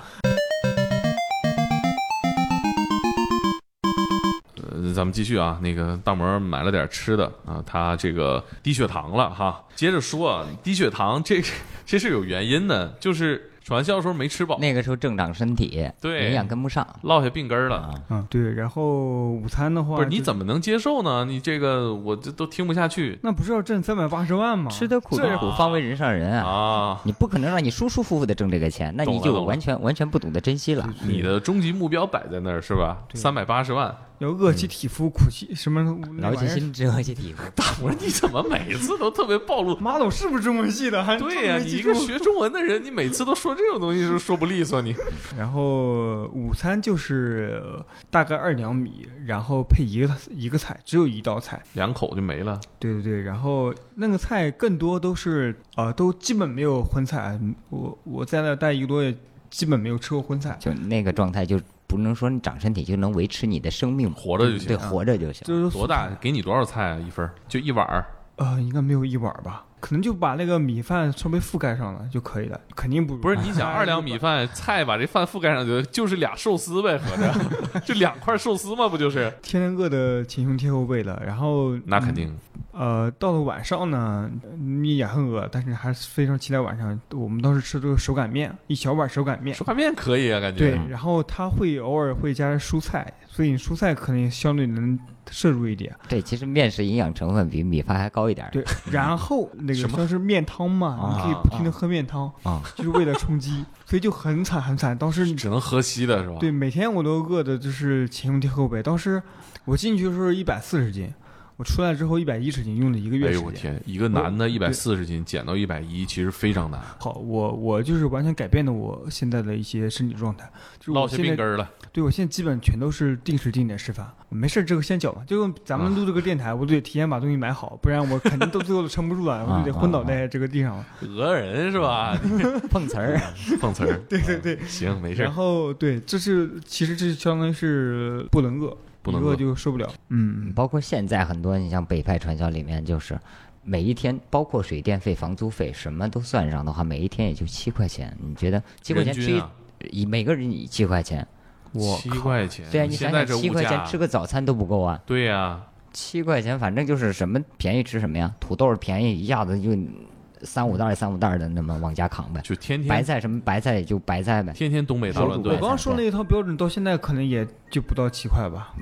Speaker 1: 呃，咱们继续啊，那个大魔买了点吃的啊，他这个低血糖了哈。接着说啊，低血糖这 这是有原因的，就是传销时候没吃饱，
Speaker 2: 那个时候正长身体，
Speaker 1: 对
Speaker 2: 营养啊跟不上。
Speaker 1: 落下病根儿了。
Speaker 4: 嗯，对。然后午餐的话，
Speaker 1: 不是你
Speaker 4: 就
Speaker 1: 怎么能接受呢？你这个我这都听不下去
Speaker 4: 那不是要挣三百八十万吗？
Speaker 2: 吃得苦
Speaker 1: 这
Speaker 2: 中苦，方为人上人啊！
Speaker 1: 啊！
Speaker 2: 你不可能让你舒舒服服的挣这个钱，那
Speaker 1: 懂
Speaker 2: 你
Speaker 1: 了
Speaker 2: 就
Speaker 1: 懂了
Speaker 2: 完全完全不懂得珍惜了。
Speaker 1: 你的终极目标摆在那儿是吧？
Speaker 4: 对
Speaker 1: 三百八十万，
Speaker 4: 要饿
Speaker 2: 嗯
Speaker 4: 其体肤，苦其什么那
Speaker 2: 劳
Speaker 4: 玩意
Speaker 2: 其
Speaker 4: 儿？
Speaker 2: 心，知饿其体。
Speaker 1: 我说你怎么每次都特别暴 露？
Speaker 4: 妈的，我是不是中文系的？还
Speaker 1: 对呀、
Speaker 4: 真没
Speaker 1: 你
Speaker 4: 记
Speaker 1: 一个
Speaker 4: 住
Speaker 1: 学中文的人，你每次都说这种东西是说不利索你。
Speaker 4: 然后午餐就是呃大概二两米，然后配一个一个菜，只有一道菜。
Speaker 1: 两口就没了。
Speaker 4: 对对对，然后那个菜更多都是呃，都基本没有荤菜。我我在那待一个多月，基本没有吃过荤菜。
Speaker 2: 就那个状态，就不能说你长身体就能维持你的生命，
Speaker 1: 活着就行
Speaker 2: 对，活着就行。
Speaker 4: 就是
Speaker 1: 多 大？给你多少菜啊？一份儿就一碗儿。
Speaker 4: 呃，应该没有一碗吧，可能就把那个米饭稍微覆盖上了就可以了，肯定不如啊
Speaker 1: 不是你 想哎二两米饭菜把这饭覆盖上去，就是俩寿司呗，合着 嗯就两块寿司嘛，不就是？
Speaker 4: 天天饿的前胸贴后背了。然后
Speaker 1: 那肯定，
Speaker 4: 呃，到了晚上呢，你也很饿，但是还是非常期待晚上。我们当时吃这个手擀面，一小碗手擀面
Speaker 1: 手，擀面可以啊，感
Speaker 4: 对
Speaker 1: 觉。，
Speaker 4: 然后它会偶尔会加蔬菜，所以你蔬菜可能也相对能摄入一点。
Speaker 2: 对，其实面食营养成分比米饭还高一点儿。
Speaker 4: 对，然后那个
Speaker 1: 哎什么
Speaker 4: 算是面汤嘛，
Speaker 2: 啊
Speaker 4: 你可以不停的喝面汤，
Speaker 2: 啊
Speaker 4: 就是为了充饥，所以就很惨很惨。当时
Speaker 1: 只能喝稀的是吧？
Speaker 4: 对，每天我都饿的就是前胸贴后背。当时我进去的时候一百四十斤，我出来之后一百一十斤，用了一个
Speaker 1: 哎
Speaker 4: 月时
Speaker 1: 呦
Speaker 4: 间。
Speaker 1: 我天，一个男的一百四十斤减到一百一，其实非常难，
Speaker 4: 好，我我就是完全改变了我现在的一些身体状态，就是
Speaker 1: 落
Speaker 4: 我
Speaker 1: 下
Speaker 4: 现
Speaker 1: 病
Speaker 4: 在
Speaker 1: 根儿了。
Speaker 4: 对我现在基本全都是定时定点吃饭，我没事儿这个先搅嘛，就用咱们录这个电台，我都得提前把东西买好，不然我肯定到最后都撑不住了，我就得昏倒在这个地上了。
Speaker 1: 讹人是吧？
Speaker 2: 碰瓷儿，
Speaker 1: 碰瓷儿。啊
Speaker 4: 对对对，
Speaker 1: 行，没事
Speaker 4: 然
Speaker 1: 儿。
Speaker 4: 后对，这是其实这是相当于是不能饿，
Speaker 1: 不
Speaker 4: 一
Speaker 1: 能
Speaker 4: 饿
Speaker 1: 饿
Speaker 4: 就受不了。嗯，
Speaker 2: 包括现在很多，你像北派传销里面就是。每一天，包括水电费、房租费，什么都算上的话，每一天也就七块钱。你觉得七块
Speaker 1: 人
Speaker 2: 钱
Speaker 1: 均
Speaker 2: 吃
Speaker 1: 啊，
Speaker 2: 一，以每个人以七块钱，
Speaker 4: 我
Speaker 1: 七块钱，
Speaker 2: 对啊，你
Speaker 1: 现
Speaker 2: 想
Speaker 1: 在
Speaker 2: 想
Speaker 1: 这
Speaker 2: 七
Speaker 1: 物
Speaker 2: 块
Speaker 1: 价
Speaker 2: 钱，吃个早餐都不够啊。
Speaker 1: 对呀、
Speaker 2: 七块钱，反正就是什么便宜吃什么呀，土豆便宜一下子就三五袋儿三五袋儿的那么往家扛呗，
Speaker 1: 就天
Speaker 2: 白
Speaker 1: 天
Speaker 2: 菜什么白菜也就白菜呗。
Speaker 1: 天天东北大乱
Speaker 2: 对
Speaker 4: 我
Speaker 1: 炖
Speaker 4: 刚，刚说那一套标准到现在可能也就不到七块吧，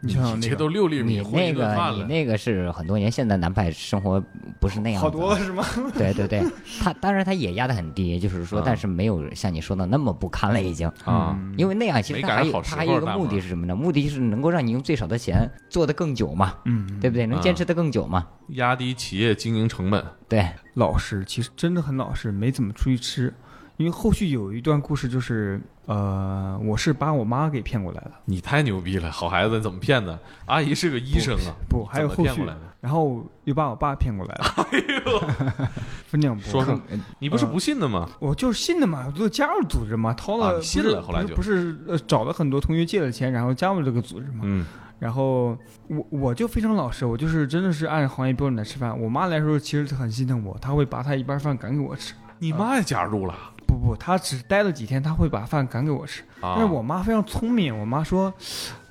Speaker 4: 你想想
Speaker 1: 你
Speaker 4: 那
Speaker 1: 这
Speaker 4: 个
Speaker 1: 都六粒
Speaker 2: 你
Speaker 1: 米混一
Speaker 2: 那
Speaker 1: 顿
Speaker 2: 个
Speaker 1: 饭
Speaker 2: 你
Speaker 1: 了。
Speaker 2: 那个是很多年，现在南派生活不是那样
Speaker 4: 好
Speaker 2: 子
Speaker 4: 多了是吗？
Speaker 2: 对 对对，他当然他也压得很低，就是说，
Speaker 1: 啊
Speaker 2: 但是没有像你说的那么不堪了已经。
Speaker 1: 啊，
Speaker 2: 因为那样其实
Speaker 1: 没
Speaker 2: 他
Speaker 1: 赶
Speaker 2: 还
Speaker 1: 上
Speaker 2: 有
Speaker 1: 好时
Speaker 2: 他还
Speaker 1: 候
Speaker 2: 有一个
Speaker 1: 大
Speaker 2: 目
Speaker 1: 伙
Speaker 2: 的
Speaker 1: 儿
Speaker 2: 是什么呢？目的是能够让你用最少的钱做得更久嘛，
Speaker 4: 嗯，
Speaker 2: 对不对？
Speaker 1: 啊
Speaker 2: 能坚持得更久嘛？
Speaker 1: 压低企业经营成本，
Speaker 2: 对，
Speaker 4: 老实，其实真的很老实，没怎么出去吃。因为后续有一段故事，就是呃，我是把我妈给骗过来了，
Speaker 1: 你太牛逼了，好孩子，怎么骗的？阿姨是个医生啊，
Speaker 4: 不，还有
Speaker 1: 怎么
Speaker 4: 后
Speaker 1: 骗
Speaker 4: 续
Speaker 1: 过来，的？
Speaker 4: 然后又把我爸骗过来了。 哎呦， 分两拨。
Speaker 1: 说说，你不
Speaker 4: 嗯
Speaker 1: 是不信的吗？
Speaker 4: 我就是信的嘛，我就加入组织嘛，掏
Speaker 1: 啊
Speaker 4: 了，
Speaker 1: 你
Speaker 4: 不
Speaker 1: 信
Speaker 4: 是
Speaker 1: 了后来就
Speaker 4: 不是不是呃找了很多同学借了钱，然后加入这个组织嘛。
Speaker 1: 嗯，
Speaker 4: 然后我我就非常老实，我就是真的是按行业标准来吃饭。我妈来的时候其实很心疼我，她会把她一半饭赶给我吃。
Speaker 1: 你妈也加入了
Speaker 4: 不不，她只待了几天，她会把饭赶给我吃。
Speaker 1: 啊
Speaker 4: 但是我妈非常聪明，我妈说。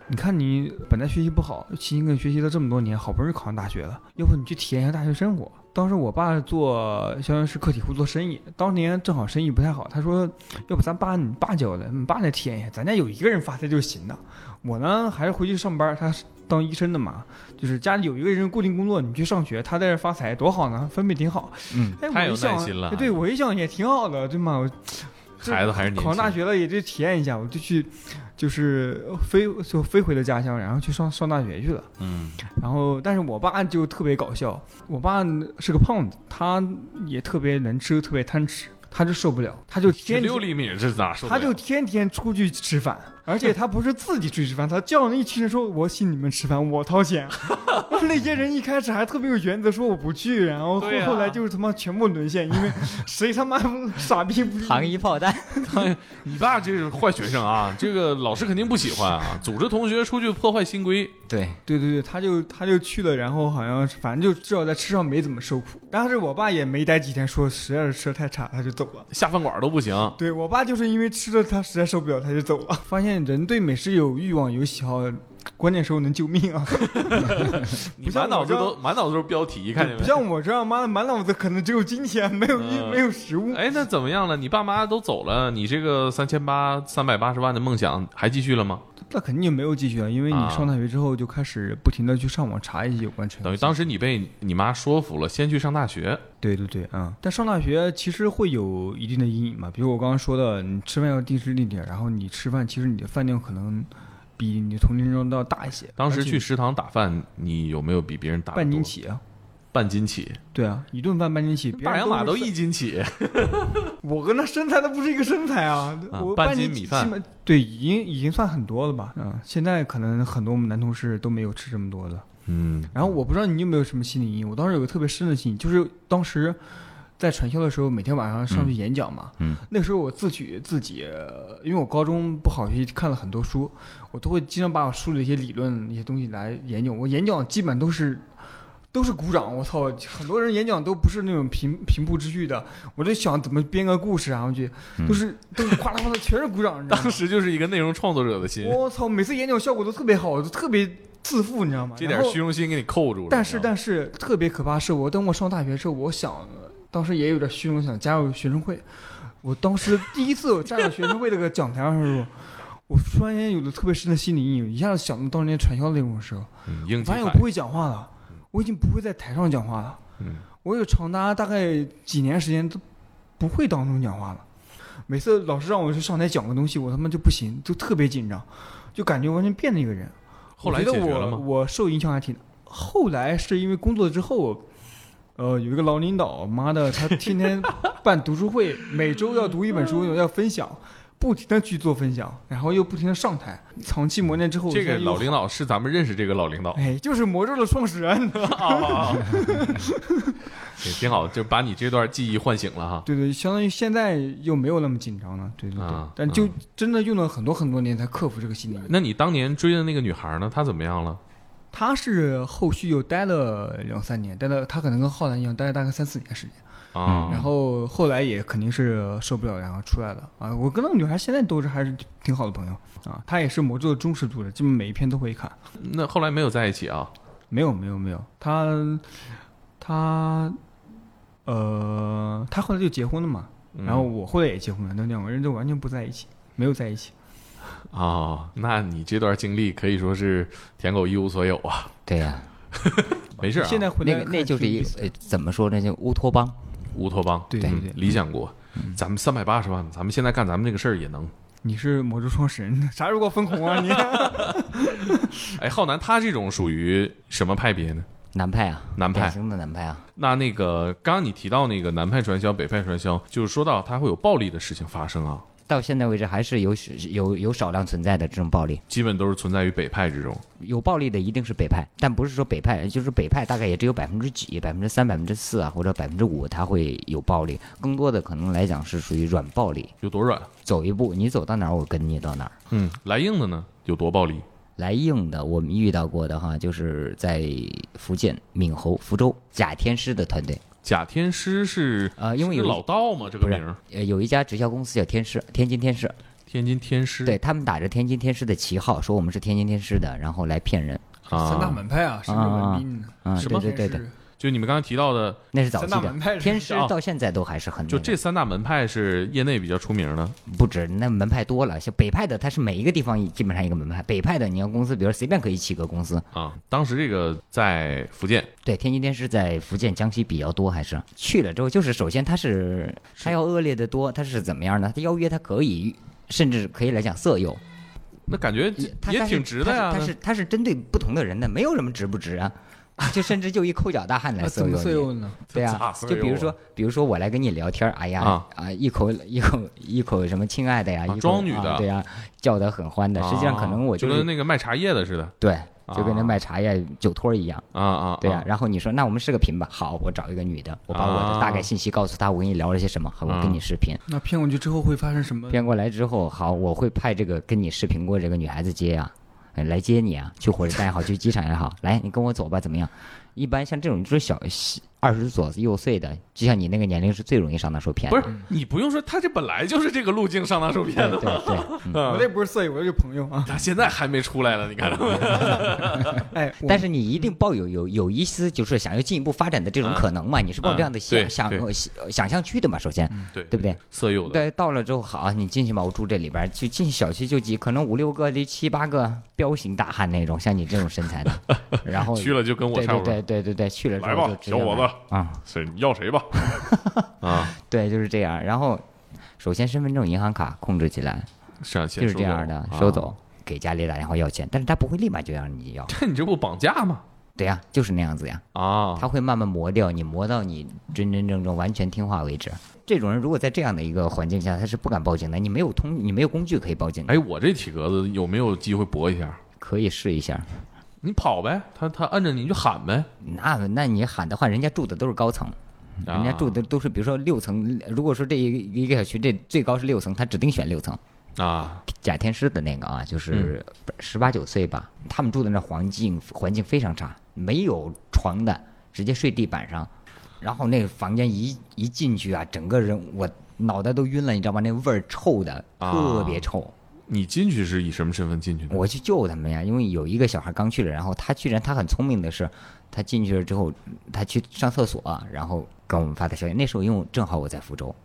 Speaker 4: 你看你本来学习不好，勤勤恳恳学习了这么多年，好不容易考上大学了，要不你去体验一下大学生活。当时我爸做校园式课体户做生意，当年正好生意不太好，他说，要不咱爸你爸叫来，你爸来体验一下，咱家有一个人发财就行了。我呢还是回去上班，他是当医生的嘛，就是家里有一个人固定工作，你去上学，他在这发财多好呢，分配挺好。
Speaker 2: 嗯，
Speaker 4: 哎，
Speaker 1: 太
Speaker 4: 我
Speaker 1: 有
Speaker 4: 一
Speaker 1: 耐
Speaker 4: 想，
Speaker 1: 心了
Speaker 4: 哎对我一想也挺好的，对吗？我
Speaker 1: 孩子还是年
Speaker 4: 考上大
Speaker 1: 轻，
Speaker 4: 学了也就体验一下，我就去就是飞就飞回了家乡，然后去上上大学去了。
Speaker 1: 嗯
Speaker 4: 然后，但是我爸就特别搞笑，我爸是个胖子，他也特别能吃，特别贪吃，他就受不了，他就天天
Speaker 1: 六厘米是咋说的？
Speaker 4: 他就天天出去吃饭，而且他不是自己出去吃饭，他叫那一群人说：“我请你们吃饭，我掏 钱。”那些人一开始还特别有原则，说我不去，然后后、
Speaker 1: 对啊
Speaker 4: 后来就是他妈全部沦陷，因为谁他妈傻逼不
Speaker 2: 糖衣炮弹，
Speaker 1: 你爸这是坏学生啊，这个老师肯定不喜欢啊，组织同学出去破坏新规。
Speaker 2: 对，
Speaker 4: 对对对，他就他就去了，然后好像反正就至少在吃上没怎么受苦，但是我爸也没待几天，说实在是吃的太差，他就走了。
Speaker 1: 下饭馆都不行。
Speaker 4: 对我爸就是因为吃的他实在受不了，他就走了。发现人对美食有欲望有喜好，关键时候能救命啊！
Speaker 1: 你
Speaker 4: 不像
Speaker 1: 满脑子
Speaker 4: 我这
Speaker 1: 都满脑子都是标题，看见
Speaker 4: 不
Speaker 1: 没？
Speaker 4: 像我这样，妈的，满脑子可能只有金钱，没有欲，
Speaker 1: 嗯
Speaker 4: 没有食物。
Speaker 1: 哎，那怎么样了？你爸妈都走了，你这个三千八三百八十万的梦想还继续了吗？
Speaker 4: 那肯定就没有继续啊，因为
Speaker 1: 啊
Speaker 4: 你上大学之后就开始不停的去上网查一些有关成
Speaker 1: 等于当时你被你妈说服了，先去上大学。
Speaker 4: 对对对，嗯，但上大学其实会有一定的阴影嘛，比如我刚刚说的，你吃饭要定时定点，然后你吃饭其实你的饭量可能比你的同龄人都要大一些。
Speaker 1: 当时
Speaker 4: 而且
Speaker 1: 去食堂打饭，你有没有比别人打得
Speaker 4: 半斤
Speaker 1: 多？
Speaker 4: 起啊，
Speaker 1: 半斤起，
Speaker 4: 对啊，一顿饭半斤起，别人
Speaker 1: 大洋马都
Speaker 4: 是
Speaker 1: 一斤起。
Speaker 4: 我跟他身材都不是一个身材啊，
Speaker 1: 啊
Speaker 4: 我
Speaker 1: 半
Speaker 4: 半
Speaker 1: 斤
Speaker 4: 斤
Speaker 1: 米饭
Speaker 4: 起码，对，已经已经算很多了吧？嗯，现在可能很多我们男同事都没有吃这么多的。
Speaker 1: 嗯，
Speaker 4: 然后我不知道你有没有什么心理阴影，我当时有个特别深的心理，就是当时在传销的时候，每天晚上上去演讲嘛，
Speaker 2: 嗯
Speaker 4: 那时候我自己自己，呃因为我高中不好学习，看了很多书，我都会经常把我书里的一些理论、一些东西来研究。我演讲基本都是。都是鼓掌，我操！很多人演讲都不是那种平平铺直叙的，我就想怎么编个故事，然后去，都是、都是哗啦哗啦，全是鼓掌，你知道
Speaker 1: 当
Speaker 4: 吗？
Speaker 1: 时就是一个内容创作者的心，
Speaker 4: 我操！每次演讲效果都特别好，都特别自负，你知道吗？
Speaker 1: 这点
Speaker 4: 然后
Speaker 1: 虚荣心给你扣住了。
Speaker 4: 但
Speaker 1: 你
Speaker 4: 是
Speaker 1: 知道吗
Speaker 4: 但是特别可怕是我等我上大学之后，我想当时也有点虚荣，想加入学生会。我当时第一次我站在学生会那个讲台上的时候，我突然间有了特别深的心理阴影，一下子想到当年传销那种时候，
Speaker 1: 嗯应急
Speaker 4: 我发现我
Speaker 1: 反
Speaker 4: 不会讲话了，我已经不会在台上讲话了。
Speaker 1: 嗯
Speaker 4: 我有长达大概几年时间都不会当众讲话了。每次老师让我去上台讲个东西，我他妈就不行，就特别紧张，就感觉完全变了一个人。
Speaker 1: 后来
Speaker 4: 我觉
Speaker 1: 解
Speaker 4: 得
Speaker 1: 决了
Speaker 4: 我
Speaker 1: 吗？
Speaker 4: 我受影响还挺。后来是因为工作之后，呃，有一个老领导，妈的，他天天办读书会，每周要读一 本书，要分享，不停的去做分享，然后又不停的上台，长期磨练之后，
Speaker 1: 这
Speaker 4: 我现
Speaker 1: 个
Speaker 4: 在又
Speaker 1: 老领导是咱们认识这个老领导，
Speaker 4: 哎，就是魔咒的创始 人。
Speaker 1: 哦也挺好，就把你这段记忆唤醒了哈。
Speaker 4: 对对，相当于现在又没有那么紧张了，对对对，
Speaker 1: 啊
Speaker 4: 但就真的用了很多很多年才克服这个心理阴影。
Speaker 1: 那你当年追的那个女孩呢？她怎么样了？
Speaker 4: 他是后续又待了两三年，待了他可能跟浩南一样，待了大概三四年时间。
Speaker 1: 啊，
Speaker 4: 然后后来也肯定是受不了，然后出来了啊！我跟那个女孩现在都是还是挺好的朋友啊，她也是魔咒的忠实读者，基本每一篇都会看。
Speaker 1: 那后来没有在一起啊？
Speaker 4: 没有没有没有，她她呃，她后来就结婚了嘛，
Speaker 1: 嗯
Speaker 4: 然后我后来也结婚了，那两个人就完全不在一起，没有在一起。
Speaker 1: 啊，那你这段经历可以说是舔狗一无所有啊。
Speaker 2: 对呀、
Speaker 1: 没事啊，
Speaker 4: 嗯现在回来
Speaker 2: 那个
Speaker 4: 看
Speaker 2: 那就是
Speaker 4: 挺有
Speaker 2: 一
Speaker 4: 意思的
Speaker 2: 呃怎么说呢，就乌托邦。
Speaker 1: 乌托邦，
Speaker 4: 对
Speaker 2: 对
Speaker 4: 对
Speaker 1: 嗯
Speaker 4: 对，嗯
Speaker 1: 理想国，咱们三百八十万，咱们现在干咱们这个事儿也能。
Speaker 4: 你是魔咒创始人， 啥时候给我分红啊你？
Speaker 1: 哎，浩南他这种属于什么派别呢？
Speaker 2: 南派啊，
Speaker 1: 南派
Speaker 4: 哎
Speaker 2: 典型的南派啊，
Speaker 1: 那那个刚刚你提到那个南派传销、北派传销，就是说到它会有暴力的事情发生啊，
Speaker 2: 到现在为止还是有有有少量存在的这种暴力，
Speaker 1: 基本都是存在于北派之中。
Speaker 2: 有暴力的一定是北派，但不是说北派，就是北派大概也只有百分之几、百分之三、百分之四啊，或者百分之五，它会有暴力，更多的可能来讲是属于软暴力，
Speaker 1: 有多软？
Speaker 2: 走一步你走到哪儿我跟你到哪儿。
Speaker 1: 嗯，来硬的呢有多暴力？
Speaker 2: 来硬的，我们遇到过的哈，就是在福建闽侯福州假天师的团队，
Speaker 1: 假天师是
Speaker 2: 呃因为
Speaker 1: 是
Speaker 2: 有一
Speaker 1: 老道嘛，这个
Speaker 2: 不
Speaker 1: 名
Speaker 2: 是
Speaker 1: 儿，
Speaker 2: 呃，有一家直销公司叫天师，天津天师，
Speaker 1: 天津天师
Speaker 2: 对他们打着天津天师的旗号，说我们是天津天师的，然后来骗人
Speaker 4: 三大
Speaker 1: 啊，
Speaker 4: 门派啊，什么文斌呢？
Speaker 2: 啊，
Speaker 4: 什
Speaker 2: 对
Speaker 4: 么
Speaker 2: 对对对，
Speaker 1: 就你们刚才提到的，
Speaker 2: 那是早期
Speaker 4: 三大门派
Speaker 2: 的
Speaker 4: 是
Speaker 2: 天师
Speaker 1: 啊，
Speaker 2: 到现在都还是很
Speaker 1: 就
Speaker 2: 那
Speaker 1: 这
Speaker 2: 个
Speaker 1: 三大门派是业内比较出名的。
Speaker 2: 不止那门派多了，像北派的，它是每一个地方基本上一个门派，北派的你要公司，比如随便可以起个公司，
Speaker 1: 啊，当时这个在福建
Speaker 2: 对，天津天师在福建、江西比较多，还是去了之后，就是首先他是他要恶劣的多，他是怎么样呢？他邀约他可以，甚至可以来讲色诱。
Speaker 1: 那感觉
Speaker 2: 也他
Speaker 1: 也
Speaker 2: 但是
Speaker 1: 挺值的呀。
Speaker 2: 他是他是他是针对不同的人的，没有什么值不值啊。就甚至就一抠脚大
Speaker 1: 啊
Speaker 2: 汉来
Speaker 4: 那
Speaker 2: 色
Speaker 4: 怎么色
Speaker 2: 诱
Speaker 4: 诱
Speaker 2: 你，
Speaker 4: 呢？
Speaker 2: 对
Speaker 1: 咋
Speaker 2: 啊，
Speaker 1: 色
Speaker 2: 就比
Speaker 1: 诱
Speaker 2: 如
Speaker 1: 啊
Speaker 2: 说，比如说我来跟你聊天儿，哎呀
Speaker 1: 啊
Speaker 2: 啊，一口一口一口什么亲爱的呀，
Speaker 1: 啊
Speaker 2: 一口
Speaker 1: 装女
Speaker 2: 啊
Speaker 1: 的
Speaker 2: 对呀，叫得很欢的。实际上可能我
Speaker 1: 啊就是跟那个卖茶叶的似的
Speaker 2: 对，就跟那
Speaker 1: 啊
Speaker 2: 卖茶叶酒托儿一样，
Speaker 1: 啊啊，
Speaker 2: 对呀、
Speaker 1: 啊
Speaker 2: 然后你说那我们视个频吧，好，我找一个女的，我把我的大概信息告诉她，我跟你聊了些什么，好，我跟
Speaker 1: 嗯
Speaker 2: 你视频。
Speaker 4: 那骗过去之后会发生什么？
Speaker 2: 编过来之后，好，我会派这个跟你视频过这个女孩子接啊，呃来接你啊，去火车站也好，去机场也好，来，你跟我走吧，怎么样？一般像这种就是小二十左右岁的，就像你那个年龄是最容易上当受骗
Speaker 1: 不
Speaker 2: 的。
Speaker 1: 是你不用说，他这本来就是这个路径上当受骗的
Speaker 2: 对对对，
Speaker 4: 我
Speaker 1: 嘛。
Speaker 4: 这不是色诱，我这是 朋友啊。
Speaker 1: 他现在还没出来了，你看到
Speaker 2: 嗯
Speaker 1: 没？
Speaker 4: 哎，我
Speaker 2: 但是你一定抱有有有一丝就是想要进一步发展的这种可能嘛？你是抱这样的
Speaker 1: 对
Speaker 2: 想想
Speaker 1: 对
Speaker 2: 想想象去的嘛？首先，
Speaker 1: 对
Speaker 2: 对不对？
Speaker 1: 色诱的，
Speaker 2: 对，到了之后好，你进去吧，我住这里边儿，就进小区就几，可能五六个、离七八个彪形大汉那种，像你这种身材的，然后
Speaker 1: 去了就跟我
Speaker 2: 对
Speaker 1: 差
Speaker 2: 对
Speaker 1: 不多。
Speaker 2: 对对对对，去了之
Speaker 1: 来
Speaker 2: 后
Speaker 1: 吧
Speaker 2: 就直接
Speaker 1: 小伙
Speaker 2: 来
Speaker 1: 子
Speaker 2: 啊、
Speaker 1: 谁你要 谁吧？啊，
Speaker 2: 对，就是这样。然后首先身份证、银行卡控制起来，
Speaker 1: 是啊，钱
Speaker 2: 就是这
Speaker 1: 收走
Speaker 2: 样的，收。
Speaker 1: 啊
Speaker 2: 走，给家里打电话要钱，但是他不会立马就让你要，
Speaker 1: 这你这不绑架吗？
Speaker 2: 对呀、就是那样子呀。
Speaker 1: 啊，
Speaker 2: 他会慢慢磨掉你，磨到你真真正正完全听话为止。这种人如果在这样的一个环境下，他是不敢报警的。你没有通，你没有工具可以报警的，
Speaker 1: 哎，我这体格子有没有机会搏一下？
Speaker 2: 可以试一下。
Speaker 1: 你跑呗，他他摁着你你就喊呗，
Speaker 2: 那那你喊的话，人家住的都是高层，
Speaker 1: 啊
Speaker 2: 嗯人家住的都是比如说六层。如果说这一一个小区这最高是六层，他指定选六层。
Speaker 1: 啊，
Speaker 2: 假天师的那个啊，就是
Speaker 1: 嗯
Speaker 2: 十八九岁吧，他们住的那环境环境非常差，没有床的，直接睡地板上。然后那房间一一进去啊，整个人我脑袋都晕了，你知道吗？那味儿臭的
Speaker 1: 啊
Speaker 2: 特别臭。
Speaker 1: 你进去是以什么身份进去的？
Speaker 2: 我去救他们呀，因为有一个小孩刚去了，然后他居然他很聪明的是，他进去了之后，他去上厕所、啊然后跟我们发的消息。那时候因为正好我在福州，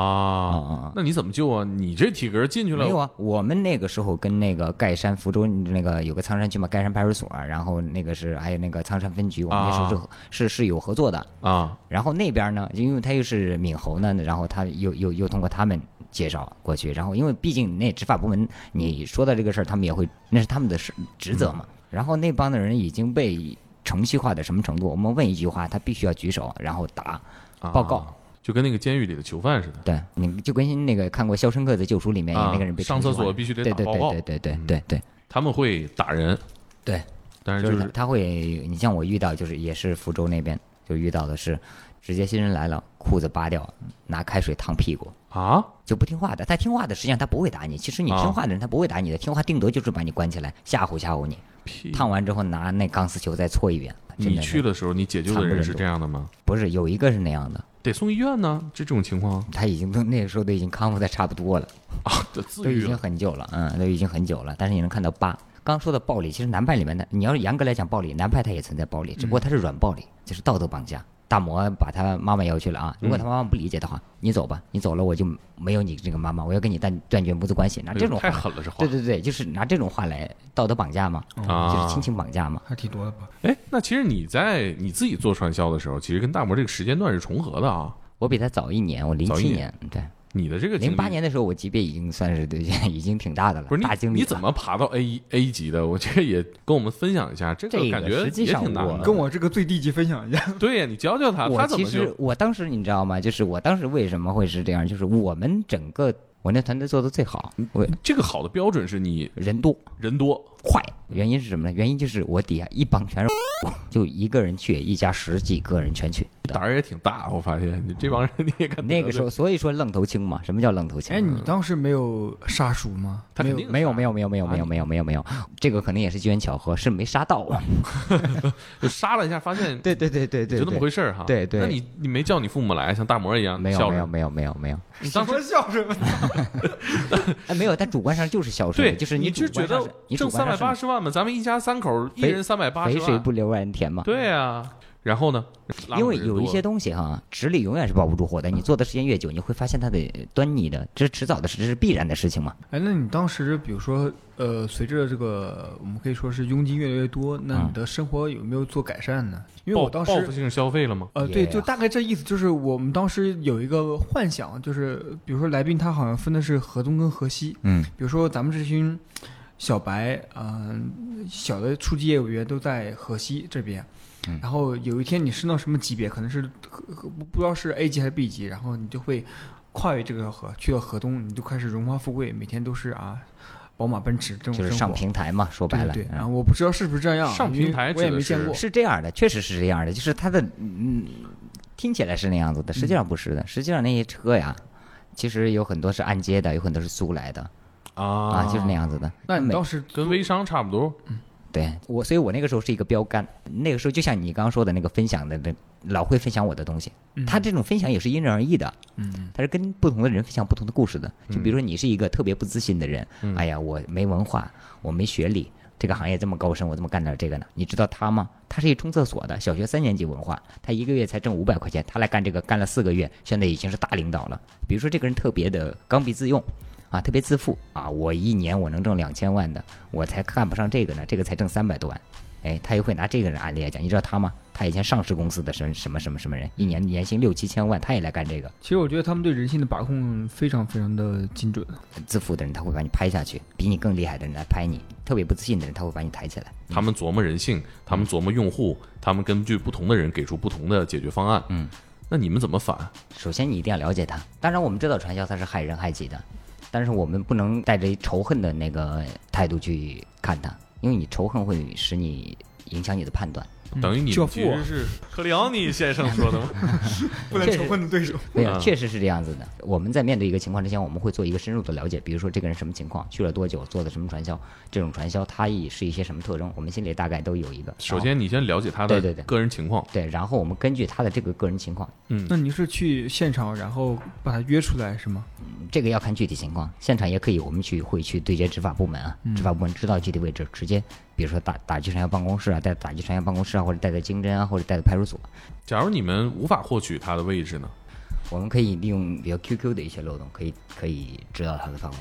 Speaker 2: 嗯嗯
Speaker 1: 啊
Speaker 2: 嗯，
Speaker 1: 那你怎么救啊？你这体格进去了，
Speaker 2: 没有啊，我们那个时候跟那个盖山福州那个有个苍山区嘛，盖山派出所，然后那个是哎还有那个苍山分局，我们那时候是、
Speaker 1: 啊
Speaker 2: 是是有合作的。
Speaker 1: 啊
Speaker 2: 然后那边呢，因为他又是闽侯呢，然后他又又又通过他们介绍过去，然后因为毕竟那执法部门你说到这个事儿，他们也会那是他们的事职责
Speaker 1: 嗯
Speaker 2: 嘛。然后那帮的人已经被程序化到什么程度？我们问一句话，他必须要举手，然后答。
Speaker 1: 啊！
Speaker 2: 报告，
Speaker 1: 就跟那个监狱里的囚犯似的。
Speaker 2: 对，你就跟那个看过《肖申克的救赎》里面、
Speaker 1: 啊
Speaker 2: 那个人被
Speaker 1: 上厕
Speaker 2: 程序化
Speaker 1: 所必须得
Speaker 2: 对
Speaker 1: 打
Speaker 2: 对
Speaker 1: 报
Speaker 2: 对
Speaker 1: 告嗯
Speaker 2: 对对对对对。
Speaker 1: 他们会打人，
Speaker 2: 对，
Speaker 1: 但是
Speaker 2: 就
Speaker 1: 就是是
Speaker 2: 他他会，你像我遇到就是也是福州那边就遇到的是，直接新人来了，裤子扒掉，拿开水烫屁股，
Speaker 1: 啊，
Speaker 2: 就不听话的。他听话的，实际上他不会打你。其实你
Speaker 1: 啊
Speaker 2: 听话的人他不会打你的，听话顶多就是把你关起来，吓唬吓唬你。
Speaker 1: 屁
Speaker 2: 烫完之后拿那钢丝球再搓一遍。真
Speaker 1: 啊你
Speaker 2: 的
Speaker 1: 去的时候，你解救的人是这样的吗？
Speaker 2: 不是有一个是那样的，
Speaker 1: 得送医院呢，这这种情况
Speaker 2: 他已经都那个时候都已经康复的差不多了，
Speaker 1: 啊，这自
Speaker 2: 都已
Speaker 1: 愈
Speaker 2: 经
Speaker 1: 了
Speaker 2: 很久了，嗯，都已经很久了。但是你能看到疤。刚说的暴力，其实南派里面的，你要是严格来讲暴力，南派它也存在暴力，只
Speaker 1: 嗯
Speaker 2: 不过它是软暴力，就是道德绑架。大魔把他妈妈要去了啊！如果
Speaker 1: 嗯
Speaker 2: 他妈妈不理解的话，你走吧，你走了我就没有你这个妈妈，我要跟你断断绝母子关系。拿
Speaker 1: 哎呦
Speaker 2: 啊这种
Speaker 1: 太
Speaker 2: 话，
Speaker 1: 狠了，这话
Speaker 2: 对对对，就是拿这种话来道德绑架嘛，就
Speaker 1: 啊
Speaker 2: 是亲。情绑架嘛。
Speaker 4: 嗯还挺多的吧？
Speaker 1: 哎，那其实你在你自己做传销的时候，其实跟大魔这个时间段是重合的啊。
Speaker 2: 我比他早一年，我零
Speaker 1: 早一
Speaker 2: 七
Speaker 1: 年
Speaker 2: 年，对，
Speaker 1: 你的这个经历
Speaker 2: 零八年的时候我级别已经算是对， 已经挺大的了，
Speaker 1: 不是
Speaker 2: 大经
Speaker 1: 你
Speaker 2: 理
Speaker 1: 你怎
Speaker 2: 了
Speaker 1: 么爬到 A A 级的？我这个也跟我们分享一下，这
Speaker 2: 这个
Speaker 1: 感觉
Speaker 2: 实际
Speaker 1: 也
Speaker 2: 上
Speaker 1: 挺难
Speaker 2: 我
Speaker 1: 的。
Speaker 4: 跟我这个最低级分享一 下，
Speaker 1: 对呀，你教教他，
Speaker 2: 我
Speaker 1: 他怎
Speaker 2: 其
Speaker 1: 么
Speaker 2: 实
Speaker 1: 就
Speaker 2: 我当时你知道吗？就是我当时为什么会是这样？就是我们整个我那团队做的最好，
Speaker 1: 嗯
Speaker 2: 我
Speaker 1: 这个好的标准是你
Speaker 2: 人多
Speaker 1: 人多
Speaker 2: 快，原因是什么呢？原因就是我底下一帮全是， 就一个人去，一家十几个人全去。
Speaker 1: 胆儿也挺大，我发现你这帮人你也敢
Speaker 2: 那个
Speaker 1: 得
Speaker 2: 时
Speaker 1: 罪
Speaker 2: 候，所以说愣头青嘛，什么叫愣头青？
Speaker 4: 哎，你当时没有杀熟吗？
Speaker 1: 他
Speaker 4: 没
Speaker 1: 肯
Speaker 4: 有
Speaker 1: 定
Speaker 2: 没有没有没有没有没有没有没有没有，这个可能也是机缘巧合，是没杀到 啊。
Speaker 1: 就杀了一下，发现
Speaker 2: 对对对对对，
Speaker 1: 就那么
Speaker 2: 对
Speaker 1: 回事儿啊哈。
Speaker 2: 对对
Speaker 1: 那你你没叫你父母来，像大魔一样
Speaker 2: 没有
Speaker 1: 孝
Speaker 2: 没有
Speaker 1: 顺？
Speaker 2: 没有没有没有，
Speaker 1: 你当时
Speaker 4: 孝顺？
Speaker 2: 哎没有，但主观上就是孝顺
Speaker 1: 对，
Speaker 2: 的，就是
Speaker 1: 你
Speaker 2: 主
Speaker 1: 就觉
Speaker 2: 观上
Speaker 1: 得
Speaker 2: 是你主
Speaker 1: 挣
Speaker 2: 观
Speaker 1: 三百
Speaker 2: 上
Speaker 1: 八
Speaker 2: 是
Speaker 1: 十万嘛，咱们一家三口一人三百八十
Speaker 2: 肥水
Speaker 1: 万，
Speaker 2: 不流外人田嘛。
Speaker 1: 对啊。然后呢？拉
Speaker 2: 因
Speaker 1: 拢
Speaker 2: 为
Speaker 1: 人
Speaker 2: 有一
Speaker 1: 多
Speaker 2: 些东西哈，纸里永远是包不住火的。你做的时间越久，你会发现它的端倪的，这是迟早的事，这是必然的事情嘛。
Speaker 4: 哎，那你当时比如说，呃，随着这个我们可以说是佣金越来越多，那你的生活有没有做改善呢？因为
Speaker 1: 报
Speaker 4: 我当
Speaker 1: 报复
Speaker 4: 时。
Speaker 1: 性消费了吗？
Speaker 4: 呃，对，
Speaker 2: 也
Speaker 4: 就大概这意思，就是我们当时有一个幻想，就是比如说来宾他好像分的是河东跟河西，
Speaker 2: 嗯，
Speaker 4: 比如说咱们这群小白啊、嗯小的初级业务员都在河西这边。
Speaker 2: 嗯
Speaker 4: 然后有一天你升到什么级别，可能是和和不不知道是 A 级还是 B 级，然后你就会跨越这个河，去到河东，你就开始荣华富贵，每天都是啊，宝马奔驰这种
Speaker 2: 就
Speaker 4: 生
Speaker 2: 是
Speaker 4: 活。
Speaker 2: 上平台嘛，说白了，
Speaker 4: 对对，
Speaker 2: 嗯
Speaker 4: 然后我不知道是不是这样，
Speaker 1: 上
Speaker 4: 因为
Speaker 1: 平台
Speaker 4: 我也
Speaker 1: 指的
Speaker 4: 没见
Speaker 1: 是
Speaker 4: 过。
Speaker 2: 是这样的，确实是这样的，就是它的嗯，听起来是那样子的，
Speaker 4: 嗯
Speaker 2: 实际上不是的。实际上那些车呀，其实有很多是按揭的，有很多是租来的啊，
Speaker 1: 啊
Speaker 2: 就是那样子的。
Speaker 4: 那你
Speaker 2: 每
Speaker 4: 倒是
Speaker 1: 跟微商差不多。
Speaker 2: 对我，所以我那个时候是一个标杆。那个时候就像你刚刚说的那个分享的，那老会分享我的东西，他这种分享也是因人而异的，嗯，他是跟不同的人分享不同的故事的。就比如说你是一个特别不自信的人，哎呀，我没文化，我没学历。这个行业这么高深，我怎么干点这个呢？你知道他吗？他是一冲厕所的，小学三年级文化，他一个月才挣五百块钱，他来干这个干了四个月，现在已经是大领导了。比如说这个人特别的刚愎自用，啊，特别自负啊，我一年我能挣两千万的，我才看不上这个呢，这个才挣三百多万。哎，他又会拿这个人案例来讲，你知道他吗？他以前上市公司的什么什么什么什么人，一年年薪六七千万，他也来干这个。
Speaker 4: 其实我觉得他们对人性的把控非常非常的精准。
Speaker 2: 自负的人他会把你拍下去，比你更厉害的人来拍你，特别不自信的人他会把你抬起来。
Speaker 1: 他们琢磨人性，他们琢磨用户，他们根据不同的人给出不同的解决方案。
Speaker 2: 嗯，
Speaker 1: 那你们怎么 反？
Speaker 2: 首先你一定要了解他。当然，我们知道传销它是害人害己的，但是我们不能带着仇恨的那个态度去看它，因为你仇恨会使你影响你的判断。
Speaker 1: 等于你
Speaker 4: 教
Speaker 1: 们
Speaker 4: 父
Speaker 1: 其实是克里奥尼先生说的吗？
Speaker 4: 啊不能
Speaker 2: 确实
Speaker 4: 仇恨的对手。
Speaker 2: 对啊，
Speaker 1: 嗯
Speaker 2: 确实是这样子的。我们在面对一个情况之前，我们会做一个深入的了解，比如说这个人什么情况，去了多久，做的什么传销，这种传销它也是一些什么特征，我们心里大概都有一个。
Speaker 1: 首先，你先了解他
Speaker 2: 对
Speaker 1: 的
Speaker 2: 对对
Speaker 1: 个人情况。嗯
Speaker 2: 然后，对，然后我们根据他的这个个人情况，
Speaker 4: 那你是去现场，然后把他约出来是吗？
Speaker 2: 这个要看具体情况，现场也可以，我们去会去对接执法部门啊，执法部门知道具体位置，直接比如说打打击传销办公室啊，带打击传销办公室啊，或者带到经侦啊，或者带到派出所，
Speaker 1: 假如你们无法获取他的位置呢？
Speaker 2: 我们可以利用比如 QQ 的一些漏洞，可以可以知道他的范围。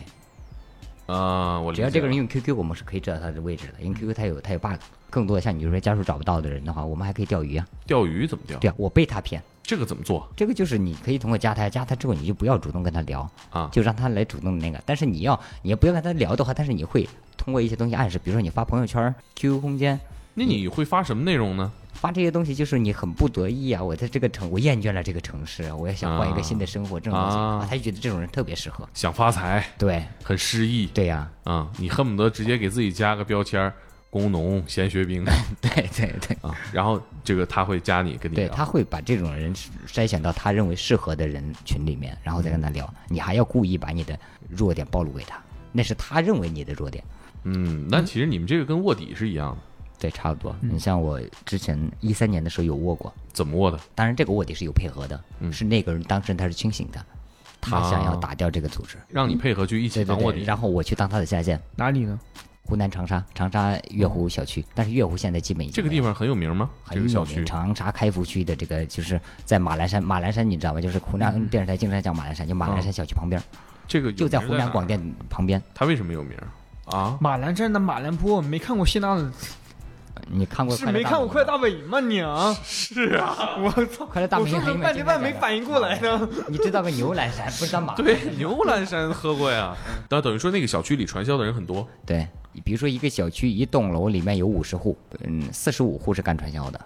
Speaker 1: 啊，我理
Speaker 2: 只
Speaker 1: 解
Speaker 2: 要
Speaker 1: 了
Speaker 2: 这个人用 QQ，我们是可以知道他的位置的，因为 QQ 它有它有 bug。更多的像你说家属找不到的人的话，我们还可以钓鱼啊。
Speaker 1: 钓鱼怎么钓？
Speaker 2: 对啊，我被他骗，
Speaker 1: 这个怎么做
Speaker 2: 这个就是你可以通过加他，加他之后你就不要主动跟他聊，
Speaker 1: 啊？
Speaker 2: 就让他来主动那个。但是你要你要不要跟他聊的话，但是你会通过一些东西暗示，比如说你发朋友圈、QQ 空间。
Speaker 1: 那你会发什么内容呢？
Speaker 2: 发这些东西就是你很不得意啊！我在这个城，我厌倦了这个城市，啊我也想换一个新的生活。这种东西
Speaker 1: 啊
Speaker 2: 啊，他就觉得这种人特别适合。
Speaker 1: 想发财，
Speaker 2: 对，
Speaker 1: 很诗意
Speaker 2: 对呀、
Speaker 1: 啊！你恨不得直接给自己加个标签儿工农、闲学 兵
Speaker 2: 对对对。
Speaker 1: 啊，然后这个他会加你，跟你
Speaker 2: 对
Speaker 1: 聊。
Speaker 2: 他会把这种人筛选到他认为适合的人群里面，然后再跟他
Speaker 1: 嗯
Speaker 2: 聊。你还要故意把你的弱点暴露给他，那是他认为你的弱点。
Speaker 1: 嗯，那其实你们这个跟卧底是一样的，
Speaker 2: 对，差不多。
Speaker 1: 嗯
Speaker 2: 你像我之前一三年的时候有卧过，
Speaker 1: 怎么卧的？
Speaker 2: 当然这个卧底是有配合的，
Speaker 1: 嗯
Speaker 2: 是那个人当事人他是清醒的，他想要打掉这个组织，
Speaker 1: 让嗯你配合去一起
Speaker 2: 对对
Speaker 1: 当卧
Speaker 2: 对。
Speaker 1: 底。
Speaker 2: 然后我去当他的下线，
Speaker 4: 哪里呢？
Speaker 2: 湖南长沙，长沙月湖小区，但是月湖现在基本已经
Speaker 1: 这个
Speaker 2: 没有
Speaker 1: 地方很有名吗？这
Speaker 2: 很
Speaker 1: 个
Speaker 2: 有
Speaker 1: 小
Speaker 2: 名，
Speaker 1: 区
Speaker 2: 长沙开福区的这个就是在马栏山，马栏山你知道吧？就是湖
Speaker 1: 嗯
Speaker 2: 南电视台经常讲马栏山，就马栏山小区旁边，
Speaker 1: 这个有
Speaker 2: 就在
Speaker 1: 名
Speaker 2: 湖南
Speaker 1: 哪
Speaker 2: 广
Speaker 1: 儿，啊
Speaker 2: 电旁边。
Speaker 1: 它为什么有名 啊？
Speaker 4: 马栏山的马兰坡，没看过谢娜的，
Speaker 2: 你看过？
Speaker 4: 是没看过《快乐大本营》吗？你啊，是啊，我操，
Speaker 2: 快乐大
Speaker 4: 我
Speaker 2: 本
Speaker 4: 说
Speaker 2: 营
Speaker 4: 了
Speaker 2: 很
Speaker 4: 半天半没反应过来。呢。
Speaker 2: 你知道个牛栏山，不知道马
Speaker 1: 对，牛栏山喝过 呀。
Speaker 2: 嗯
Speaker 1: 那等于说那个小区里传销的人很多，
Speaker 2: 对。比如说一个小区一栋楼里面有五十户，嗯，四十五户是干传销
Speaker 1: 嗯
Speaker 2: 的，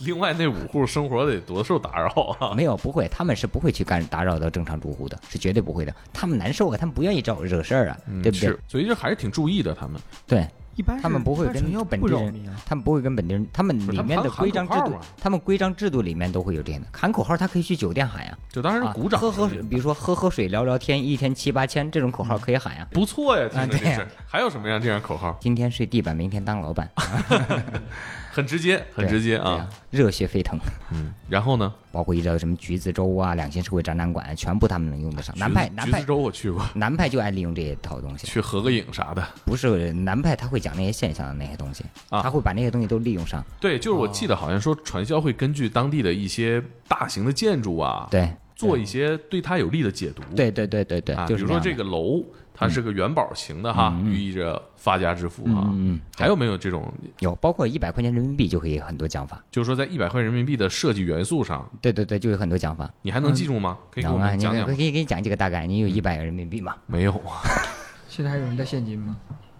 Speaker 1: 另外那五户生活得多受打扰啊！
Speaker 2: 没有不会，他们是不会去干打扰到正常住户的，是绝对不会的。他们难受啊，他们不愿意找惹事儿啊，对不
Speaker 1: 嗯
Speaker 2: 对
Speaker 1: 是？，所以这还是挺注意的。他们
Speaker 2: 对，
Speaker 4: 一般是
Speaker 2: 他们不会
Speaker 4: 一般
Speaker 2: 跟
Speaker 4: 传销
Speaker 2: 本
Speaker 4: 不
Speaker 2: 地
Speaker 4: 扰
Speaker 2: 人
Speaker 4: 民啊。
Speaker 2: 他们不会跟本地人，他们
Speaker 1: 不是
Speaker 2: 里
Speaker 1: 他们
Speaker 2: 面的
Speaker 1: 喊
Speaker 2: 规章制
Speaker 1: 口号
Speaker 2: 度
Speaker 1: 嘛，
Speaker 2: 他们规章制度里面都会有这样的喊口号，他可以去酒店喊呀，
Speaker 1: 就当然
Speaker 2: 啊
Speaker 1: 是鼓掌
Speaker 2: 喝
Speaker 1: 声
Speaker 2: 喝水，
Speaker 1: 音，
Speaker 2: 比如说喝喝水聊聊天，一天七八千这种口号可以喊呀。
Speaker 1: 不错呀，听着
Speaker 2: 啊
Speaker 1: 这
Speaker 2: 对呀
Speaker 1: 事儿。还有什么样这样口号？
Speaker 2: 今天睡地板，明天当老板，
Speaker 1: 很直接， 很直接
Speaker 2: 对
Speaker 1: 啊。，
Speaker 2: 热血沸腾。
Speaker 1: 然后呢？
Speaker 2: 包括一直到什么橘子洲啊、两性社会展览馆，全部他们能用得上。南派
Speaker 1: 橘子
Speaker 2: 南
Speaker 1: 橘
Speaker 2: 派
Speaker 1: 子洲我去过，
Speaker 2: 南派就爱利用这一套东西，
Speaker 1: 去合个影啥的。
Speaker 2: 不是南派他会讲那些现象的那些东西，
Speaker 1: 啊
Speaker 2: 他会把那些东西都利用上。
Speaker 1: 对，就是我
Speaker 2: 哦
Speaker 1: 记得好像说传销会根据当地的一些大型的建筑啊，
Speaker 2: 对，
Speaker 1: 做一些对它有利的解读。
Speaker 2: 对对对对对，
Speaker 1: 啊，
Speaker 2: 就是
Speaker 1: 比如说
Speaker 2: 这
Speaker 1: 这
Speaker 2: 样的
Speaker 1: 个楼，它是个元宝型的哈，寓意着发家致富哈。
Speaker 2: 嗯嗯
Speaker 1: 还有没有这种，
Speaker 2: 有包括一百块钱人民币就可以很多讲法。
Speaker 1: 就是说在一百块人民币的设计元素上，
Speaker 2: 对对对，就有很多讲法。
Speaker 1: 你还能记住吗？可以给我
Speaker 2: 嗯能啊，
Speaker 1: 们
Speaker 2: 你
Speaker 1: 讲
Speaker 2: 可
Speaker 1: 讲
Speaker 2: 以
Speaker 1: 吗？嗯
Speaker 2: 给你讲几个大概，你有一百人民币嘛？
Speaker 1: 没有啊，
Speaker 4: 现在还有人带现金吗？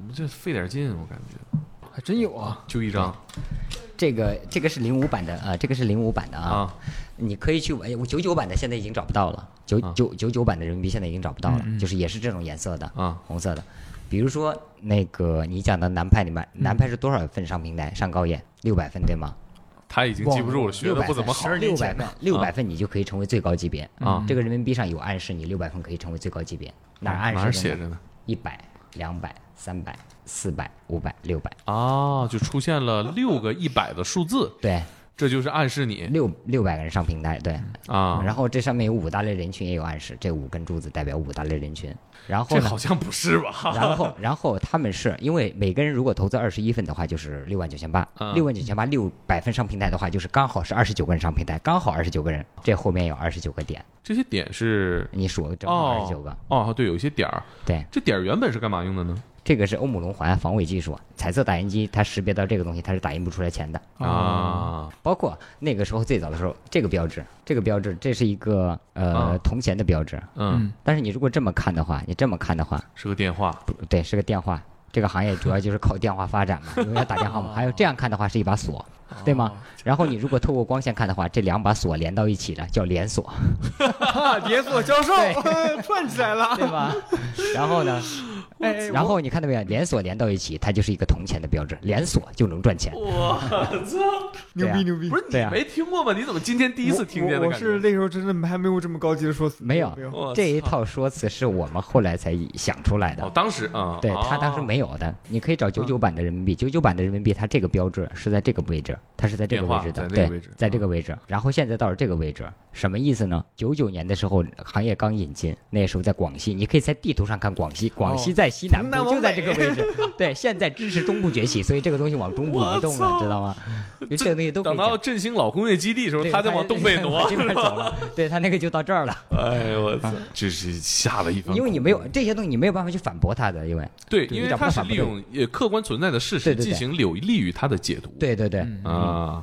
Speaker 1: 我这费点劲，我感觉
Speaker 4: 还真有啊，
Speaker 1: 就一张
Speaker 2: 这个这个是零五版的啊，这个是零五版的啊，
Speaker 1: 啊
Speaker 2: 你可以去哎，我九九版的现在已经找不到了，九
Speaker 1: 啊嗯
Speaker 2: 九九九版的人民币现在已经找不到了，就是也是这种颜色的，
Speaker 1: 啊
Speaker 2: 红色的。比如说那个你讲的南派里
Speaker 1: 嗯
Speaker 2: 面，南派是多少份上平台上高演？六百分对吗？
Speaker 1: 他已经记不住了，学
Speaker 2: 六
Speaker 1: 的
Speaker 2: 百
Speaker 1: 不
Speaker 2: 分
Speaker 1: 怎么好
Speaker 2: 六百分，六百分你就可以成为最高级别
Speaker 1: 啊
Speaker 2: 这个人民币上有暗示，你六百分可以成为最高级别，哪儿暗示？
Speaker 1: 哪儿写着呢？
Speaker 2: 一百、两百、三百、四百、五百、六百，
Speaker 1: 啊，就出现了六个一百的数字，
Speaker 2: 对，
Speaker 1: 这就是暗示你
Speaker 2: 六六百个人上平台，对。
Speaker 1: 啊。
Speaker 2: 然后这上面有五大类人群也有暗示，这五根柱子代表五大类人群。然后
Speaker 1: 这
Speaker 2: 呢
Speaker 1: 好？像不是吧？
Speaker 2: 然后，然后他们是因为每个人如果投资二十一份的话，就是六万九千八，
Speaker 1: 嗯
Speaker 2: 六万九千八六百分上平台的话，就是刚好是二十九个人上平台，刚好二十九个人，这后面有二十九个点，
Speaker 1: 这些点是
Speaker 2: 你数正好二
Speaker 1: 哦
Speaker 2: 十九个。
Speaker 1: 哦，对，有一些点儿，
Speaker 2: 对，
Speaker 1: 这点儿原本是干嘛用的呢？
Speaker 2: 这个是欧姆龙环防伪技术，彩色打印机它识别到这个东西，它是打印不出来钱的。
Speaker 1: 啊
Speaker 2: 包括那个时候最早的时候，这个标志，这个标志，这是一个呃
Speaker 1: 啊
Speaker 2: 铜钱的标志。
Speaker 1: 嗯，
Speaker 2: 但是你如果这么看的话，你这么看的话，
Speaker 1: 是个电话
Speaker 2: 不对，是个电话。这个行业主要就是靠电话发展嘛，因为要打电话嘛。还有这样看的话是一把锁，对吗？然后你如果透过光线看的话，这两把锁连到一起了，叫连锁，
Speaker 4: 连锁销售 串起来了。
Speaker 2: 对吧？然后呢，
Speaker 4: 哎，
Speaker 2: 然后你看到没有，连锁连到一起，它就是一个铜钱的标志，连锁就能赚钱。对
Speaker 4: 牛逼
Speaker 2: 啊
Speaker 4: 牛逼
Speaker 1: 不！是
Speaker 2: 对
Speaker 1: 你
Speaker 2: 啊
Speaker 1: 没听过吗？你怎么今天第一次听见的
Speaker 4: 我我
Speaker 1: 感
Speaker 4: 是
Speaker 1: 觉？
Speaker 4: 那时候真的还没有这么高级的说哦辞，
Speaker 2: 没有
Speaker 1: 我
Speaker 2: 这一套说辞是我们后来才想出来
Speaker 1: 哦
Speaker 2: 的，，
Speaker 1: 当时啊，嗯
Speaker 2: 对他当时没有的。你可以找九九版的人民币，九九版的人民币，它这个标志是在这个位置，它是在这个位置的，
Speaker 1: 电话在那个
Speaker 2: 对
Speaker 1: 位置，嗯
Speaker 2: 在这个位置。然后现在到了这个位置，什么意思呢？九九年的时候，行业刚引进，那时候在广西，你可以在地图上看广西，广
Speaker 1: 哦
Speaker 2: 西在西南
Speaker 4: 从南
Speaker 2: 部，
Speaker 4: 往
Speaker 2: 就在这个位置。对，现在支持中部崛起，所以这个东西往中部移动了，知道吗？就这个东西都可
Speaker 1: 等
Speaker 2: 以
Speaker 1: 到
Speaker 2: 讲。
Speaker 1: 振兴老工业基地的时候，
Speaker 2: 对
Speaker 1: 他在往东北挪
Speaker 2: 往。 这边走了。对他那个就到这儿了，
Speaker 1: 哎呦我操，这是吓了一番。
Speaker 2: 因为你没有这些东西，你没有办法去反驳他的，因为
Speaker 1: 对，
Speaker 2: 对
Speaker 1: 因
Speaker 2: 你
Speaker 1: 为
Speaker 2: 找不
Speaker 1: 它
Speaker 2: 到
Speaker 1: 是
Speaker 2: 反驳
Speaker 1: 利
Speaker 2: 的
Speaker 1: 用也客观存在的事
Speaker 2: 对
Speaker 1: 实
Speaker 2: 对对
Speaker 1: 进行有利于它的解读。
Speaker 2: 对对对，
Speaker 1: 啊，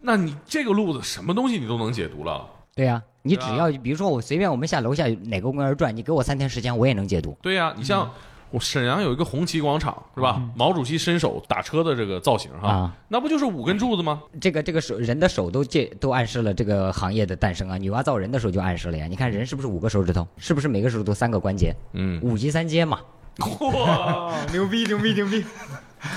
Speaker 1: 那你这个路子什么东西你都能解读了？
Speaker 2: 对呀、你只
Speaker 1: 吧
Speaker 2: 要比如说我随便我们下楼下哪个公园转，你给我三天时间，我也能解读。
Speaker 1: 对呀、你像我沈阳有一个红旗广场是吧？毛主席伸手打车的这个造型哈，
Speaker 2: 嗯啊
Speaker 1: 那不就是五根柱子吗？
Speaker 2: 这个这个手人的手都介都暗示了这个行业的诞生啊，女娲造人的时候就暗示了呀。你看人是不是五个手指头？是不是每个手指头三个关节？
Speaker 1: 嗯，
Speaker 2: 五级三阶嘛。
Speaker 4: 啊牛逼牛逼牛 逼！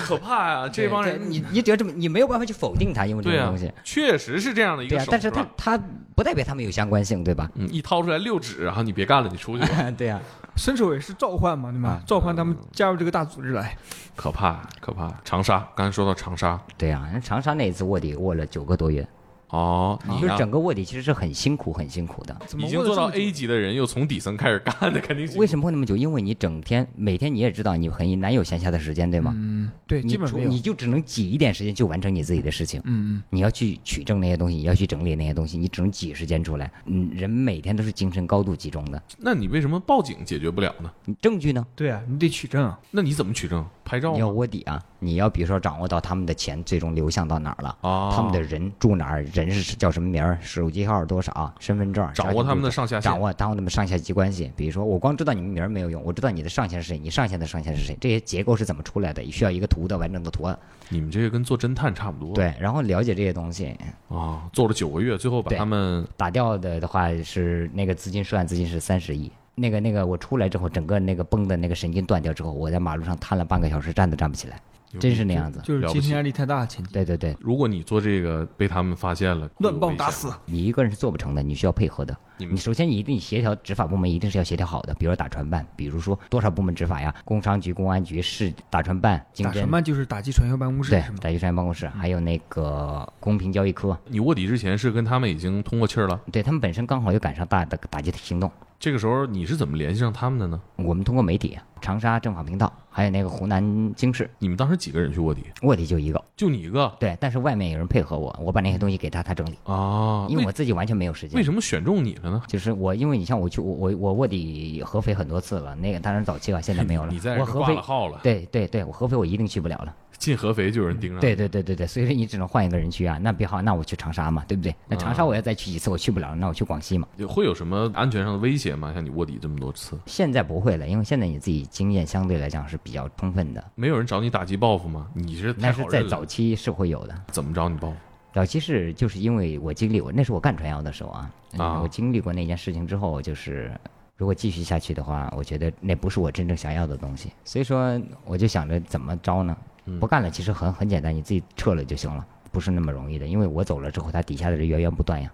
Speaker 1: 可怕呀、这帮
Speaker 2: 对
Speaker 1: 人
Speaker 2: 你你只要这么，你没有办法去否定它，因为这
Speaker 1: 对
Speaker 2: 个
Speaker 1: 呀、
Speaker 2: 东西。
Speaker 1: 确实是这样的一
Speaker 2: 对
Speaker 1: 个
Speaker 2: 呀、
Speaker 1: 手，
Speaker 2: 但是
Speaker 1: 吧
Speaker 2: 它它不代表它们有相关性，对 吧？
Speaker 1: 嗯，一掏出来六指，然后你别干了，你出去 吧，
Speaker 2: 对呀、
Speaker 4: 伸手也是召唤嘛，对吧
Speaker 2: 啊？
Speaker 4: 召唤他们加入这个大组织来。
Speaker 1: 可怕可怕。长沙，刚才说到长沙，
Speaker 2: 对呀、人长沙那一次卧底卧了九个多月，
Speaker 1: 哦，你
Speaker 2: 啊就是
Speaker 1: 呢？
Speaker 2: 整个卧底其实是很辛苦很辛苦的。
Speaker 4: 怎么
Speaker 1: 已经
Speaker 4: 问了
Speaker 1: 做到
Speaker 4: 这么久
Speaker 1: A 级的人，又从底层开始干的，肯定是
Speaker 2: 为什么会那么久？因为你整天每天你也知道你很难有闲暇的时间，对吗？
Speaker 4: 嗯，对，
Speaker 2: 你
Speaker 4: 基本
Speaker 2: 除
Speaker 4: 没有
Speaker 2: 你。就只能挤一点时间去完成你自己的事情。
Speaker 4: 嗯
Speaker 2: 你要去取证那些东西，你要去整理那些东西，你只能挤时间出来。嗯，人每天都是精神高度集中的。
Speaker 1: 那你为什么报警解决不了呢？
Speaker 2: 你证据呢
Speaker 4: 嗯，？对啊，你得取证啊。
Speaker 1: 那你怎么取证？拍照
Speaker 2: 你要
Speaker 1: 吗？
Speaker 2: 卧底啊！你要比如说掌握到他们的钱最终流向到哪儿了，
Speaker 1: 啊，
Speaker 2: 他们的人住哪儿，人是叫什么名儿，手机号多少，啊身份证，
Speaker 1: 掌握他们的上下线
Speaker 2: 掌握他们的上下级关系。比如说，我光知道你们名儿没有用，我知道你的上线是谁，你上线的上线是谁，这些结构是怎么出来的，需要一个图的完整的图案。
Speaker 1: 你们这个跟做侦探差不多。
Speaker 2: 对，然后了解这些东西，
Speaker 1: 啊，做了九个月，最后把
Speaker 2: 对
Speaker 1: 他们
Speaker 2: 打掉的的话是那个资金涉案资金是三十亿。那个那个，我出来之后，整个那个绷的那个神经断掉之后，我在马路上瘫了半个小时，站都站不起来，真是那样子。
Speaker 4: 就是
Speaker 1: 了不
Speaker 4: 精
Speaker 1: 起
Speaker 4: 神压力太大，前提
Speaker 2: 对对对，
Speaker 1: 如果你做这个被他们发现了，
Speaker 4: 乱
Speaker 1: 会
Speaker 4: 棒
Speaker 1: 有
Speaker 4: 打
Speaker 1: 危险。
Speaker 4: 死。
Speaker 2: 你一个人是做不成的，你需要配合的。
Speaker 1: 你
Speaker 2: 你
Speaker 1: 们
Speaker 2: 首先你一定协调执法部门一定是要协调好的，比如打船办，比如说多少部门执法呀，工商局、公安局、市打船办、经
Speaker 4: 打
Speaker 2: 侦
Speaker 4: 什，么就是打击传销办公室
Speaker 2: 对
Speaker 4: 是吗，？
Speaker 2: 打渔船办公室，还有那个公平交易科，
Speaker 1: 你卧底之前是跟他们已经通过气儿了，
Speaker 2: 对他们本身刚好又赶上大的打击行动。
Speaker 1: 这个时候你是怎么联系上他们的呢？
Speaker 2: 我们通过媒体、长沙政法频道，还有那个湖南经视，
Speaker 1: 你们当时几个人去卧底？
Speaker 2: 卧底就一个，
Speaker 1: 就你一个
Speaker 2: 对，但是外面有人配合我，我把那些东西给他，他整理，
Speaker 1: 啊？
Speaker 2: 因为
Speaker 1: 为
Speaker 2: 我自己完全没有时间。
Speaker 1: 为什么选中你了着呢。
Speaker 2: 就是我，因为你像我去我我我卧底合肥很多次了，那个当然早期啊，现在没有了。
Speaker 1: 你在这儿
Speaker 2: 我合
Speaker 1: 挂
Speaker 2: 肥
Speaker 1: 了号了
Speaker 2: 对对对，我合肥我一定去不了了。
Speaker 1: 进合肥就有人盯上，
Speaker 2: 对，对对对对，所以说你只能换一个人去啊。那别好，那我去长沙嘛，对不对？那长沙
Speaker 1: 嗯
Speaker 2: 我要再去一次，我去不了了，那我去广西嘛。
Speaker 1: 会有什么安全上的威胁吗？像你卧底这么多次，
Speaker 2: 现在不会了，因为现在你自己经验相对来讲是比较充分的，
Speaker 1: 没有人找你打击报复吗？你是
Speaker 2: 但
Speaker 1: 太
Speaker 2: 是
Speaker 1: 好
Speaker 2: 在
Speaker 1: 认了
Speaker 2: 早期是会有的。
Speaker 1: 怎么找你报复？
Speaker 2: 早期是就是因为我经历过，那是我干传谣的时候啊，嗯
Speaker 1: 啊
Speaker 2: 我经历过那件事情之后，就是如果继续下去的话，我觉得那不是我真正想要的东西，所以说我就想着怎么着呢？
Speaker 1: 嗯
Speaker 2: 不干了，其实很很简单，你自己撤了就行了，不是那么容易的，因为我走了之后，他底下的人源源不断呀。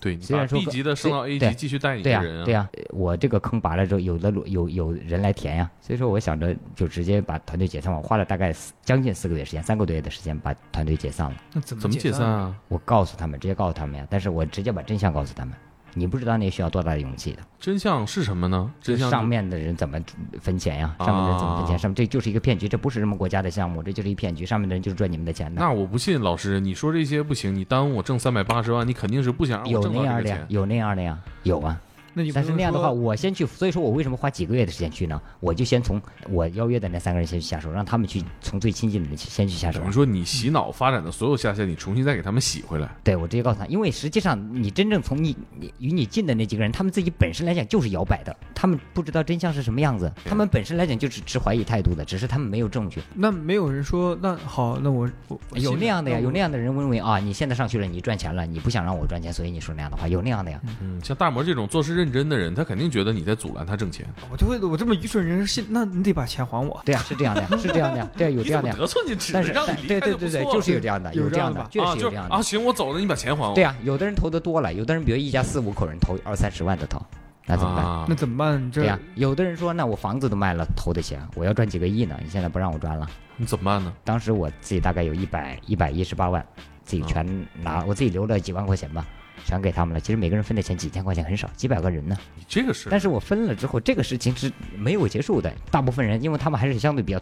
Speaker 1: 对你
Speaker 2: 虽
Speaker 1: 把
Speaker 2: 然说
Speaker 1: B 级的升到 A
Speaker 2: 对
Speaker 1: 级，继续带你的
Speaker 2: 对呀、
Speaker 1: 人啊
Speaker 2: 对呀、我这个坑拔了之后，有的路有有人来填呀、所以说我想着就直接把团队解散。我花了大概四将近四个月时间，三个多月的时间把团队解散了。
Speaker 4: 那怎
Speaker 1: 怎么解散？啊？
Speaker 2: 我告诉他们，直接告诉他们呀，但是我直接把真相告诉他们。你不知道那需要多大的勇气的，
Speaker 1: 真相是什么呢？真相
Speaker 2: 上面的人怎么分钱呀？上面的人怎么分
Speaker 1: 啊
Speaker 2: 钱？上面这就是一个骗局，这不是什么国家的项目，这就是一骗局，上面的人就是赚你们的钱的。
Speaker 1: 那我不信，老师，你说这些不行，你耽误我挣三百八十万，你肯定是不想让我
Speaker 2: 有
Speaker 1: 挣
Speaker 2: 那
Speaker 1: 到
Speaker 2: 样
Speaker 1: 这个
Speaker 2: 的呀
Speaker 1: 钱，。
Speaker 2: 有那样的呀，有啊。
Speaker 4: 那你不
Speaker 2: 但是
Speaker 4: 能
Speaker 2: 那样的
Speaker 4: 说
Speaker 2: 话，我先去，所以说我为什么花几个月的时间去呢？我就先从我邀约的那三个人先去下手，让他们去从最亲近的人去先去下手
Speaker 1: 等于。说你洗脑发展的所有下线，你重新再给他们洗回来。
Speaker 2: 对，我直接告诉他，因为实际上你真正从你你与你近的那几个人，他们自己本身来讲就是摇摆的，他们不知道真相是什么样子，他们本身来讲就是持怀疑态度的，只是他们没有证据。
Speaker 4: 那没有人说，那好，那我我我
Speaker 2: 哎有那样的呀，有那
Speaker 4: 样。
Speaker 2: 样的人认为啊，你现在上去了，你赚钱了，你不想让我赚钱，所以你说那样的话，有那样的呀。
Speaker 1: 嗯，像大魔这种做事认真的人，他肯定觉得你在阻拦他挣钱。
Speaker 4: 我就会，我这么愚蠢人，信那你得把钱还我。
Speaker 2: 对啊呀、是这样的呀，是这样的呀，对，啊有
Speaker 1: 你怎
Speaker 2: 这样的
Speaker 1: 么
Speaker 2: 呀。
Speaker 1: 得寸进尺，
Speaker 2: 但是
Speaker 1: 让
Speaker 2: 但
Speaker 1: 你离
Speaker 2: 对
Speaker 1: 开
Speaker 2: 对
Speaker 1: 就
Speaker 2: 对
Speaker 1: 不
Speaker 2: 对，
Speaker 1: 错
Speaker 2: 就
Speaker 1: 了
Speaker 2: 是有这样的，
Speaker 4: 有
Speaker 2: 这
Speaker 4: 这
Speaker 2: 样
Speaker 4: 样
Speaker 2: 的
Speaker 4: 的，
Speaker 2: 确
Speaker 1: 啊，
Speaker 2: 实有
Speaker 1: 就
Speaker 2: 这
Speaker 1: 是
Speaker 2: 样的
Speaker 1: 啊，。行，我走了，你把钱还我。
Speaker 2: 对啊，有的人投的多了，有的人比如一家四五口人投二三十万的投，那怎么办？
Speaker 1: 啊
Speaker 4: 那怎么办？你这
Speaker 2: 对呀、有的人说，那我房子都卖了，投的钱，我要赚几个亿呢？你现在不让我赚了。
Speaker 1: 你怎么办呢？
Speaker 2: 当时我自己大概有一百一百一十八万，自己全拿，我自己留了几万块钱吧，全给他们了。其实每个人分的钱几千块钱很少，几百个人呢。
Speaker 1: 你这个事儿
Speaker 2: 但是我分了之后，这个事情是没有结束的。大部分人，因为他们还是相对比较，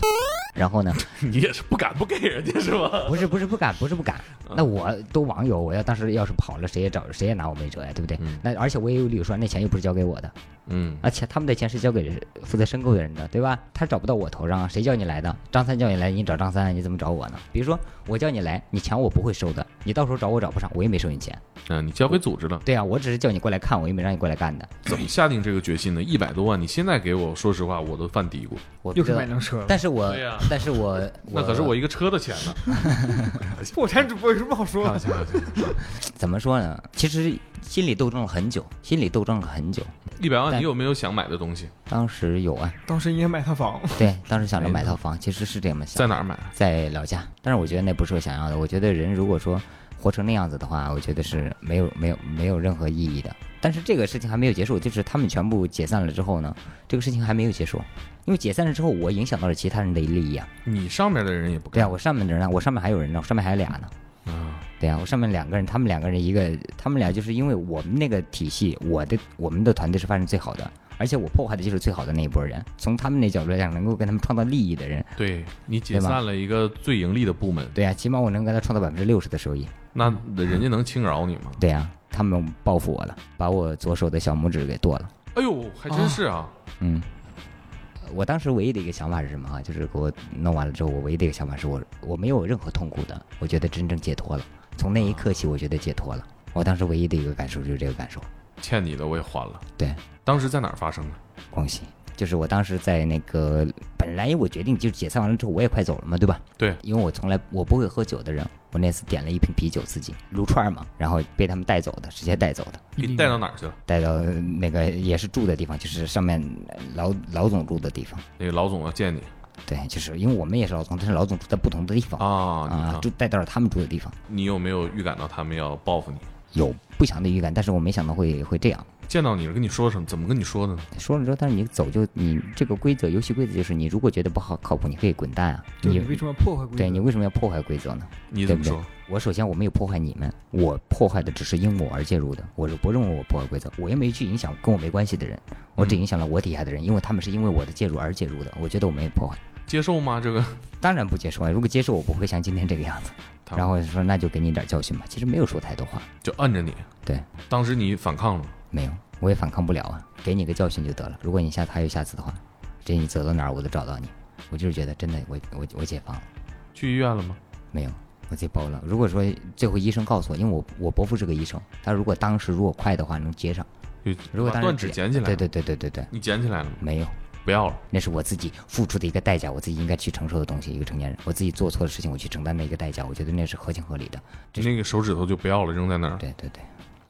Speaker 2: 然后呢，
Speaker 1: 你也是不敢不给人家是吧？
Speaker 2: 不是不是不敢，不是不敢。那我都网友，我要当时要是跑了，谁也找谁也拿我没辙呀，对不对？
Speaker 1: 嗯
Speaker 2: 那而且我也有理由说，那钱又不是交给我的，
Speaker 1: 嗯，
Speaker 2: 而且他们的钱是交给负责申购的人的，对吧？他找不到我头上啊，谁叫你来的？张三叫你来，你找张三，你怎么找我呢？比如说我叫你来，你抢我不会收的，你到时候找我找不上，我也没收你钱。
Speaker 1: 嗯，你交给组织了，
Speaker 2: 对啊，我只是叫你过来看，我又没让你啊过来干的。
Speaker 1: 怎么下定这个决心呢？一百多万，你现在给我，说实话，我都犯嘀咕。
Speaker 2: 我不
Speaker 4: 又是
Speaker 2: 知道
Speaker 4: 买，辆车了。
Speaker 2: 但是我
Speaker 1: 对呀，
Speaker 2: 但是我，
Speaker 1: 那可是我一个车的钱呢。
Speaker 4: 破产主播有什么好说
Speaker 1: 开玩
Speaker 2: 啊
Speaker 4: 的？
Speaker 1: 笑开玩笑
Speaker 2: 怎么说呢？其实心里斗争了很久，心里斗争了很久。
Speaker 1: 一百万，
Speaker 2: 但
Speaker 1: 你有没有想买的东西？
Speaker 2: 当时有啊，
Speaker 4: 当时应该买套房。
Speaker 2: 对，当时想着买套房，其实是这么想，
Speaker 1: 在哪儿买？
Speaker 2: 在老家，但是我觉得那不是我想要的。我觉得人如果说活成那样子的话，我觉得是没有没有没有任何意义的。但是这个事情还没有结束，就是他们全部解散了之后呢，这个事情还没有结束，因为解散了之后，我影响到了其他人的利益啊。
Speaker 1: 你上面的人也不
Speaker 2: 对
Speaker 1: 干
Speaker 2: 啊，我上面的人啊，我上面还有人呢，我上面还有俩呢。
Speaker 1: 啊，
Speaker 2: 对啊，我上面两个人，他们两个人一个，他们俩就是因为我们那个体系，我的我们的团队是发展最好的，而且我破坏的就是最好的那一波人。从他们那角度来讲，能够跟他们创造利益的人，
Speaker 1: 对你解
Speaker 2: 对吧
Speaker 1: 散了一个最盈利的部门，
Speaker 2: 对啊，起码我能跟他创造百分之六十的收益。
Speaker 1: 那
Speaker 2: 嗯
Speaker 1: 人家能轻饶你吗？
Speaker 2: 对啊，他们报复我了，把我左手的小拇指给剁了。
Speaker 1: 哎呦，还真是啊！
Speaker 2: 嗯，我当时唯一的一个想法是什么啊？就是给我弄完了之后，我唯一的一个想法是我我没有任何痛苦的，我觉得真正解脱了。从那一刻起，我觉得解脱了。我当时唯一的一个感受就是这个感受。
Speaker 1: 欠你的我也还了。
Speaker 2: 对，
Speaker 1: 当时在哪儿发生的？
Speaker 2: 恭喜！就是我当时在那个，本来我决定就解散完了之后，我也快走了嘛，对吧？
Speaker 1: 对
Speaker 2: 因为我从来我不会喝酒的人，我那次点了一瓶啤酒自己撸串儿嘛，然后被他们带走的，直接带走的。
Speaker 1: 给你带到哪儿去了？
Speaker 2: 带到那个也是住的地方，就是上面老老总住的地方。
Speaker 1: 那个老总要见你
Speaker 2: 对，就是因为我们也是老总，但是老总住在不同的地方
Speaker 4: 哦
Speaker 1: 啊！你
Speaker 2: 啊
Speaker 1: 看，
Speaker 2: 就带到了他们住的地方。
Speaker 1: 你有没有预感到他们要报复你？
Speaker 2: 有不祥的预感，但是我没想到会会这样。
Speaker 1: 见到你了，跟你说什么？怎么跟你说的呢？
Speaker 2: 说了之后，但是你走就你这个规则，游戏规则就是你如果觉得不好靠谱，你可以滚蛋啊。
Speaker 4: 就
Speaker 2: 你
Speaker 4: 你为什么破坏规则？
Speaker 2: 对你为什么要破坏规则呢？
Speaker 1: 你怎么
Speaker 2: 对
Speaker 1: 说
Speaker 2: 不？我首先我没有破坏你们，我破坏的只是因我而介入的，我是不认为我破坏规则，我也没去影响跟我没关系的人，我
Speaker 4: 嗯
Speaker 2: 只影响了我底下的人，因为他们是因为我的介入而介入的，我觉得我没有破坏。
Speaker 1: 接受吗？这个
Speaker 2: 当然不接受啊！如果接受，我不会像今天这个样子。
Speaker 1: 他
Speaker 2: 然后说那就给你点教训吧。其实没有说太多话，
Speaker 1: 就摁着你。
Speaker 2: 对，
Speaker 1: 当时你反抗了吗，
Speaker 2: 没有，我也反抗不了啊，给你个教训就得了。如果你下次还有下次的话，这你走到哪儿我都找到你。我就是觉得真的，我我我解放了，
Speaker 1: 去医院了吗？
Speaker 2: 没有，我自己包了。如果说最后医生告诉我，因为我我伯父是个医生，他如果当时如果快的话能接上，
Speaker 1: 就
Speaker 2: 如果
Speaker 1: 把
Speaker 2: 当时
Speaker 1: 断指捡起来，
Speaker 2: 对，对对对对对，
Speaker 1: 你捡起来了吗？
Speaker 2: 没有，
Speaker 1: 不要了，
Speaker 2: 那是我自己付出的一个代价，我自己应该去承受的东西。一个成年人，我自己做错的事情，我去承担的一个代价，我觉得那是合情合理的。
Speaker 1: 啊
Speaker 2: 这
Speaker 1: 那个手指头就不要了，扔在那儿。
Speaker 2: 对对对，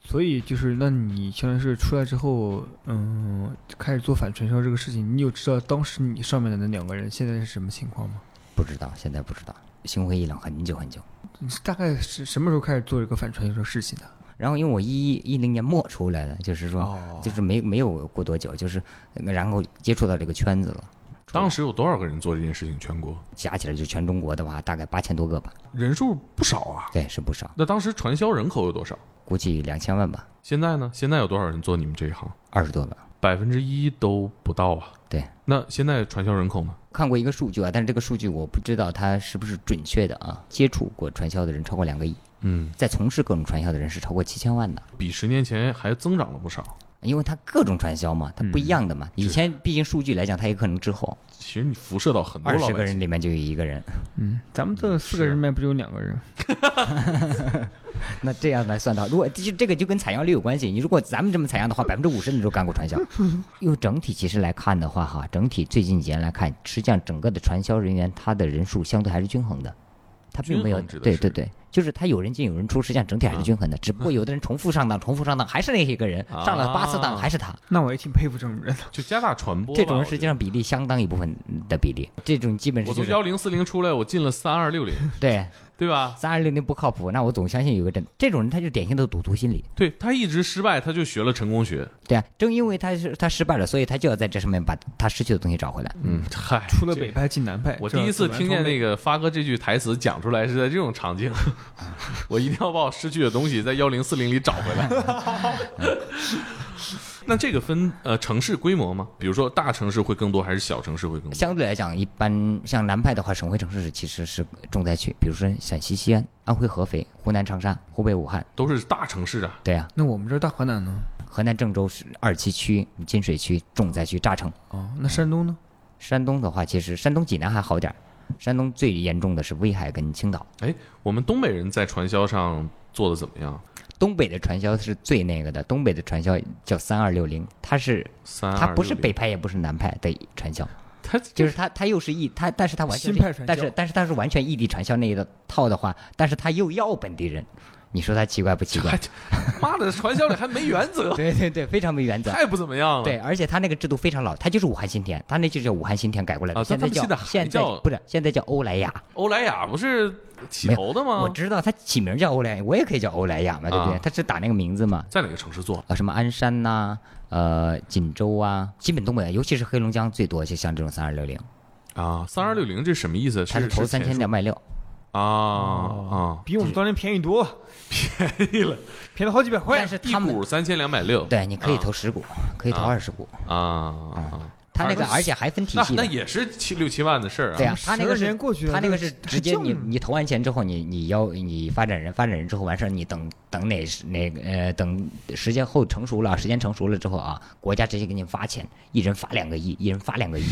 Speaker 4: 所以就是，那你相当于是出来之后，嗯，开始做反传销这个事情，你有知道当时你上面的那两个人现在是什么情况吗？
Speaker 2: 不知道，现在不知道，心灰意冷很久很久。
Speaker 4: 你是大概是什么时候开始做这个反传销的事情的？
Speaker 2: 然后因为我一一一零年末出来的，就是说，
Speaker 4: 哦
Speaker 2: 就是没没有过多久，就是然后接触到这个圈子了，
Speaker 1: 当时有多少个人做这件事情？全国
Speaker 2: 加起来就全中国的话，大概八千多个吧，
Speaker 1: 人数不少啊。
Speaker 2: 对，是不少，
Speaker 1: 那当时传销人口有多少？
Speaker 2: 估计两千万吧，
Speaker 1: 现在呢？现在有多少人做你们这一行？
Speaker 2: 二十多万。
Speaker 1: 百分之一都不到啊。
Speaker 2: 对。
Speaker 1: 那现在传销人口呢？
Speaker 2: 看过一个数据啊，但是这个数据我不知道它是不是准确的啊。接触过传销的人超过两个亿，
Speaker 1: 嗯，
Speaker 2: 在从事各种传销的人是超过七千万的，
Speaker 1: 比十年前还增长了不少。
Speaker 2: 因为它各种传销嘛，它不一样的嘛。以前毕竟数据来讲，它也可能滞后，
Speaker 1: 其实你辐射到很多
Speaker 2: 二
Speaker 1: 老
Speaker 2: 十
Speaker 1: 百
Speaker 2: 个
Speaker 1: 姓。
Speaker 2: 人里面就有一个人，
Speaker 4: 嗯，咱们这四个人里面不就有两个人？
Speaker 2: 那这样来算的话，如果这这个就跟采样率有关系。你如果咱们这么采样的
Speaker 1: 嗯
Speaker 2: 话，百分之五十人都干过传销。用整体其实来看的话，哈，整体最近几年来看，实际上整个的传销人员他的人数相对还是均衡的，他并没有
Speaker 1: 均衡指的
Speaker 2: 对
Speaker 1: 是啊
Speaker 2: 对对，就是他有人进有人出，实际上整体还是均衡的。只不过有的人重复上当，重复上当还是那些个人，
Speaker 1: 啊
Speaker 2: 上了八次当还是他。
Speaker 4: 那我也挺佩服这种 人的。
Speaker 1: 就加大传播吧。
Speaker 2: 这种人实际上比例相当一部分的比例，这种基本
Speaker 1: 我
Speaker 2: 是
Speaker 1: 觉
Speaker 2: 就
Speaker 1: 得，我从
Speaker 2: 是
Speaker 1: 幺零四零出来，我进了三二六零，
Speaker 2: 对
Speaker 1: 对吧？
Speaker 2: 三二六零不靠谱。那我总相信有一个真，这种人他就典型的赌徒心理。
Speaker 1: 对他一直失败，他就学了成功学。
Speaker 2: 对啊，正因为他是他失败了，所以他就要在这上面把他失去的东西找回来。
Speaker 1: 嗯，嗨，
Speaker 4: 出了北派进南派，
Speaker 1: 我第一次听见那
Speaker 4: 个，
Speaker 1: 个发哥这句台词讲出来是在这种场 景，我一定要把我失去的东西在幺零四零里找回来。 那这个分呃城市规模吗？比如说大城市会更多还是小城市会更多？
Speaker 2: 相对来讲，一般像南派的话，省会城市是其实是重灾区，比如说陕西西安、安徽合肥、湖南长沙、湖北武汉。
Speaker 1: 都是大城市啊，
Speaker 2: 对啊，
Speaker 4: 那我们这儿大华南呢？
Speaker 2: 河南郑州是二七区、金水区重灾区，炸城。
Speaker 4: 哦，那山东呢？
Speaker 2: 山东的话，其实山东、济南还好点儿，山东最严重的是威海跟青岛。
Speaker 1: 我们东北人在传销上做的怎么样？
Speaker 2: 东北的传销是最那个的，东北的传销叫三二六零，它是
Speaker 1: 三，
Speaker 2: 它不是北，派也不是南派的传销，
Speaker 1: 他
Speaker 2: 就是它它又是异它，但是它完全是
Speaker 4: 新派传销
Speaker 2: 但是但是它是完全异地传销那一套的话，但是它又要本地人，你说它奇怪不奇怪
Speaker 1: 还？妈的传销里还没原则，
Speaker 2: 对对 对，非常没原则。
Speaker 1: 太不怎么样了。
Speaker 2: 对，而且它那个制度非常老，它就是武汉新田，它那就叫武汉新田改过来的。
Speaker 1: 啊
Speaker 2: 现在叫
Speaker 1: 他们现在还
Speaker 2: 现在
Speaker 1: 叫
Speaker 2: 不是现在叫欧莱雅，
Speaker 1: 欧莱雅不是起
Speaker 2: 没有
Speaker 1: 头的吗
Speaker 2: 我？知道它起名叫欧莱雅，我也可以叫欧莱雅嘛，对不对
Speaker 1: 啊？
Speaker 2: 它是打那个名字嘛，
Speaker 1: 在哪个城市做？
Speaker 2: 啊，什么鞍山呐、呃锦州啊，基本东北，尤其是黑龙江最多，就像这种三二六零，
Speaker 1: 啊，三二六零这什么意思？
Speaker 2: 它
Speaker 1: 是
Speaker 2: 投三千
Speaker 1: 两
Speaker 2: 两百哦六，
Speaker 1: 啊啊！
Speaker 4: 比我们当年便宜多， 便宜了，便宜了好几百块
Speaker 2: 但。是
Speaker 1: 一
Speaker 2: 他们
Speaker 1: 股三千两百六，
Speaker 2: 对，你可以
Speaker 1: 啊
Speaker 2: 投十股，可以投
Speaker 1: 啊
Speaker 2: 二十股，
Speaker 1: 啊啊！
Speaker 2: 它那个
Speaker 1: 啊
Speaker 2: 而且还分体
Speaker 1: 那
Speaker 2: 系
Speaker 1: 那
Speaker 2: 的。
Speaker 1: 也是七六七万的事儿啊。
Speaker 2: 对啊，他那个
Speaker 4: 12
Speaker 2: 是
Speaker 4: 年过去了
Speaker 2: 他那个
Speaker 4: 这
Speaker 2: 是
Speaker 4: 还
Speaker 2: 直接
Speaker 4: 这
Speaker 2: 你
Speaker 4: 么
Speaker 2: 你投完钱之后，你你要你发展人，发展人之后完事儿，你等等哪时哪个呃等时间后成熟了，时间成熟了之后啊，国家直接给你发钱，一人发两个亿，一人发两个亿，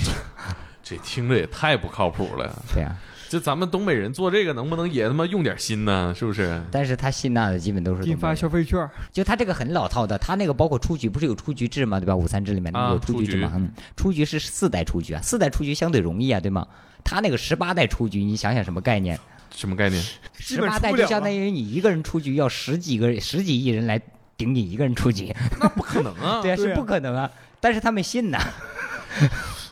Speaker 1: 这听着也太不靠谱了呀。
Speaker 2: 对啊，
Speaker 1: 这咱们东北人做这个能不能也他妈用点心呢？是不是？
Speaker 2: 但是他吸纳的基本都是
Speaker 4: 给你
Speaker 2: 东北
Speaker 4: 发
Speaker 2: 人
Speaker 4: 消费 券，
Speaker 2: 就他这个很老套的，他那个包括出局，不是有出局制嘛，对吧？午餐制里面
Speaker 1: 啊
Speaker 2: 有出局制嘛，
Speaker 1: 出
Speaker 2: 嗯，出局是四代出局啊，四代出局相对容易啊，对吗？他那个十八代出局，你想想什么概念？
Speaker 1: 什么概 念？
Speaker 4: 基
Speaker 2: 十
Speaker 4: 本
Speaker 2: 八
Speaker 4: 出
Speaker 2: 代
Speaker 4: 不
Speaker 2: 就
Speaker 4: 了
Speaker 2: 相当
Speaker 4: 了。
Speaker 2: 于你一个人出局，要十几个十几亿人来顶你一个人出局，
Speaker 1: 那不可能啊！
Speaker 2: 对啊，
Speaker 4: 对
Speaker 2: 是
Speaker 4: 啊
Speaker 2: 不可能啊。但是他们 信呐。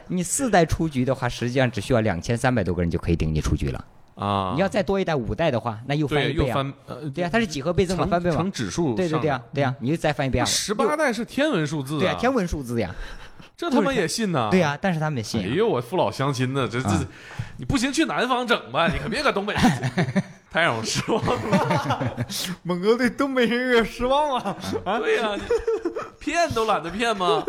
Speaker 2: 你四代出局的话，实际上只需要两千三百多个人就可以顶你出局了。
Speaker 1: 啊，
Speaker 2: 你要再多一代五代的话，那又翻一
Speaker 1: 对又
Speaker 2: 倍啊！
Speaker 1: 翻呃
Speaker 2: 对啊，它是几何倍增嘛，
Speaker 1: 成
Speaker 2: 翻倍嘛
Speaker 1: 成。指数
Speaker 2: 对对对啊，对啊，你就再翻一倍啊！
Speaker 1: 十八代是天文数字
Speaker 2: 对啊，天文数字呀。
Speaker 1: 这他妈也信呐？
Speaker 2: 对啊，但是他们
Speaker 1: 哎
Speaker 2: 信啊、
Speaker 1: 呦，我父老乡亲呢，这这
Speaker 2: 啊，
Speaker 1: 你不行去南方整吧，你可别搁东北， 太让我失望了。
Speaker 4: 猛哥
Speaker 1: 啊
Speaker 4: 对东北人有点失望了。
Speaker 1: 对呀、你骗都懒得骗吗？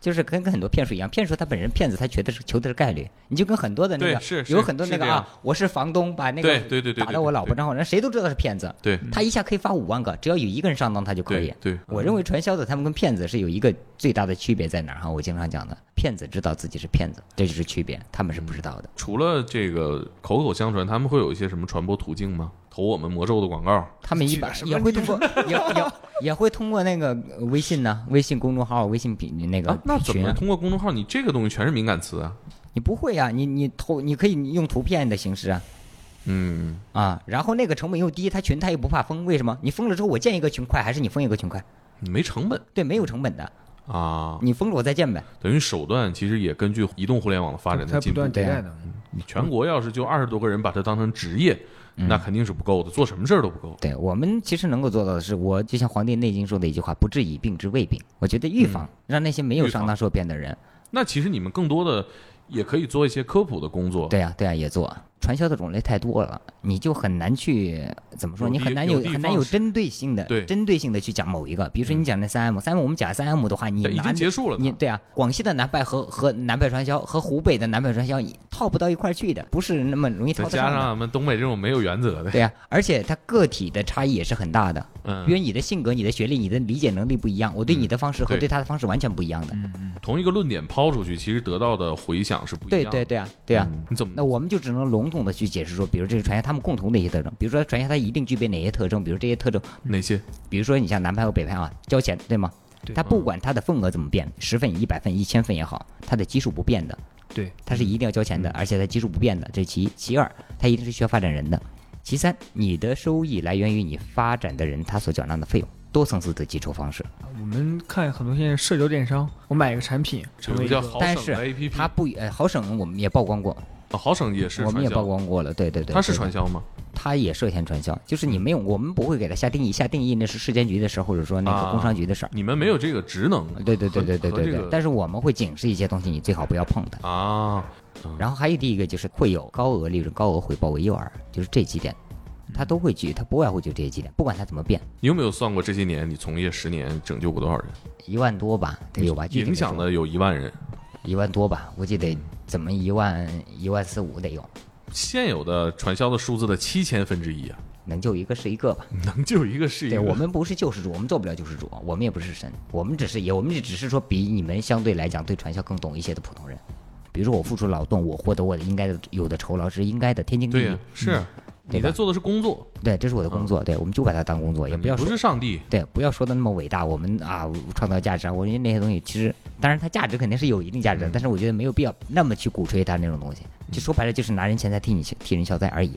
Speaker 2: 就是跟跟很多骗术一样，骗术他本人骗子他觉得是求的是概率，你就跟很多的那个
Speaker 1: 对是是
Speaker 2: 有很多那
Speaker 1: 是
Speaker 2: 个
Speaker 1: 这样
Speaker 2: 啊，我是房东把那个
Speaker 1: 对对对对对
Speaker 2: 打到我老婆
Speaker 1: 对
Speaker 2: 账户上，谁都知道是骗子，
Speaker 1: 对
Speaker 2: 他一下可以发五万个，只要有一个人上当他就可以。
Speaker 1: 嗯
Speaker 2: 啊
Speaker 1: 对对
Speaker 2: 我认为传销的他们跟骗子是有一个最大的区别在哪儿哈？我经常讲的，骗子知道自己是骗子，这就是区别，他们是不知道的。
Speaker 1: 除了这个口口相传，他们会有一些什么传播途径吗？投我们魔咒的广告，
Speaker 2: 他们一般也会通过也也也会通过那个呃微信呢，微信公众号、微信比那个
Speaker 1: 啊，那怎
Speaker 2: 群
Speaker 1: 么
Speaker 2: 啊，
Speaker 1: 通过公众号？你这个东西全是敏感词啊。
Speaker 2: 你不会啊，你你投你可以用图片的形式啊
Speaker 1: 嗯，
Speaker 2: 啊，然后那个成本又低，他群他又不怕封，为什么？你封了之后我建一个群快，还是你封一个群快？
Speaker 1: 你没成本
Speaker 2: 对，没有成本的，
Speaker 1: 啊，
Speaker 2: 你封了我再建呗。
Speaker 1: 等于手段其实也根据移动互联网的 发展
Speaker 4: 它
Speaker 1: 在
Speaker 4: 不
Speaker 1: 进步
Speaker 4: 断。迭
Speaker 2: 对啊
Speaker 4: 代的。
Speaker 1: 你全国要是就二十多个人把它当成职业，
Speaker 2: 嗯
Speaker 1: 那肯定是不够的，做什么事儿都不够。
Speaker 2: 对我们其实能够做到的是，我就像《黄帝内经》说的一句话：“不治已病之未病。”我觉得预防，让那些没
Speaker 1: 嗯
Speaker 2: 有
Speaker 1: 预防
Speaker 2: 上当受骗的人，
Speaker 1: 那其实你们更多的也可以做一些科普的工作。
Speaker 2: 对啊，对啊，也做传销的种类太多了，你就很难去怎么说，
Speaker 1: 有
Speaker 2: 你
Speaker 1: 的
Speaker 2: 很难
Speaker 1: 有
Speaker 2: 有
Speaker 1: 的
Speaker 2: 很
Speaker 1: 方
Speaker 2: 难有
Speaker 1: 式
Speaker 2: 针对性的
Speaker 1: 对嗯
Speaker 2: 针对性的去讲某一个，比如说你讲那三 M，三 M 我们讲三 M 的话，你
Speaker 1: 对，已
Speaker 2: 拿
Speaker 1: 经结束了呢。
Speaker 2: 你对啊，广西的南派和和南派传销和湖北的南派传销你套不到一块儿去的，不是那么容易套
Speaker 1: 再
Speaker 2: 得
Speaker 1: 加
Speaker 2: 上
Speaker 1: 上
Speaker 2: 的。
Speaker 1: 俺们东北这种没有原则的，
Speaker 2: 对啊，而且它个体的差异也是很大的，
Speaker 1: 嗯
Speaker 2: 因，为你的性格、你的学历、你的理解能力不一样，我对你的方式和
Speaker 1: 对嗯
Speaker 2: 对他的方式完全不一样的。
Speaker 1: 同一个论点抛出去，其实得到的回响是不一
Speaker 2: 对
Speaker 1: 样的。嗯
Speaker 2: 对对啊，对啊，
Speaker 1: 你怎么
Speaker 2: 那我们就只能笼统的去解释说，比如这个传销他们共同的一些特征，比如说传销它一定具备哪些特征，比如这些特征，
Speaker 1: 哪些？
Speaker 2: 比如说你像南派和北派啊，交钱对吗？
Speaker 4: 对
Speaker 2: 它不管它的份额怎么变，十份、一百份、一千份也好，它的基数不变的，
Speaker 1: 嗯
Speaker 4: 对，
Speaker 2: 它是一定要交钱的，而且它基数不变的，这是其一。其二，它一定是需要发展人的。其三，你的收益来源于你发展的人他所缴纳的费用，多层次的计酬方式。
Speaker 4: 我们看很多现在社交电商，我买一个产品，成
Speaker 1: 有
Speaker 4: 为
Speaker 1: 一
Speaker 4: 一
Speaker 1: 个叫
Speaker 4: 个
Speaker 1: 好
Speaker 2: 但
Speaker 1: 省
Speaker 2: 是
Speaker 1: 的 APP，
Speaker 2: 它不呃，好省我们也曝光过，
Speaker 1: 哦好省也是
Speaker 2: 我们
Speaker 1: 传
Speaker 2: 也曝
Speaker 1: 销，
Speaker 2: 光过了，对对对，
Speaker 1: 它是
Speaker 2: 对
Speaker 1: 传销吗？
Speaker 2: 它也涉嫌传销，就是你没有，我们不会给它下定义，下定义那是市监局的事儿，或者说那
Speaker 1: 啊
Speaker 2: 个工商局的事儿。
Speaker 1: 你们没有这个职能啊
Speaker 2: 对对对对对
Speaker 1: 和
Speaker 2: 对
Speaker 1: 这
Speaker 2: 对
Speaker 1: 个。
Speaker 2: 但是我们会警示一些东西，你最好不要碰它。
Speaker 1: 啊。
Speaker 2: 然后还有第一个就是会有高额利润、高额回报为诱饵，就是这几点，
Speaker 1: 嗯
Speaker 2: 它都会去，它不外乎就这几点，不管它怎么变，
Speaker 1: 你有没有算过这些年你从业十年拯救过多少人？
Speaker 2: 一万多吧，得有吧？具体
Speaker 1: 影
Speaker 2: 没说
Speaker 1: 响的嗯有一万人。
Speaker 2: 一万多吧，估计得怎么一万一万四五得有，
Speaker 1: 现有的传销的数字的七千分之一啊，
Speaker 2: 能救一个是一个吧。
Speaker 1: 能救一个是一
Speaker 2: 对
Speaker 1: 个。
Speaker 2: 我们不是救世主，我们做不了救世主，我们也不是神，我们只是也我们只是说比你们相对来讲对传销更懂一些的普通人。比如说我付出劳动，我获得我的应该的有的酬劳是应该的，天经地
Speaker 1: 对
Speaker 2: 义
Speaker 1: 呀。，嗯是啊你
Speaker 2: 嗯对
Speaker 1: 在
Speaker 2: 吧
Speaker 1: 做的是工作，
Speaker 2: 对，这是我的工作，对，我们就把它当工作，也不
Speaker 1: 你
Speaker 2: 要
Speaker 1: 不
Speaker 2: 说
Speaker 1: 是上帝。
Speaker 2: 对，不要说的那么伟大，我们啊创造价值啊，我觉得那些东西其实，当然它价值肯定是有一定
Speaker 1: 嗯
Speaker 2: 价值的，但是我觉得没有必要那么去鼓吹它那种东西，就说白了就是拿人钱财替你替人消灾而已。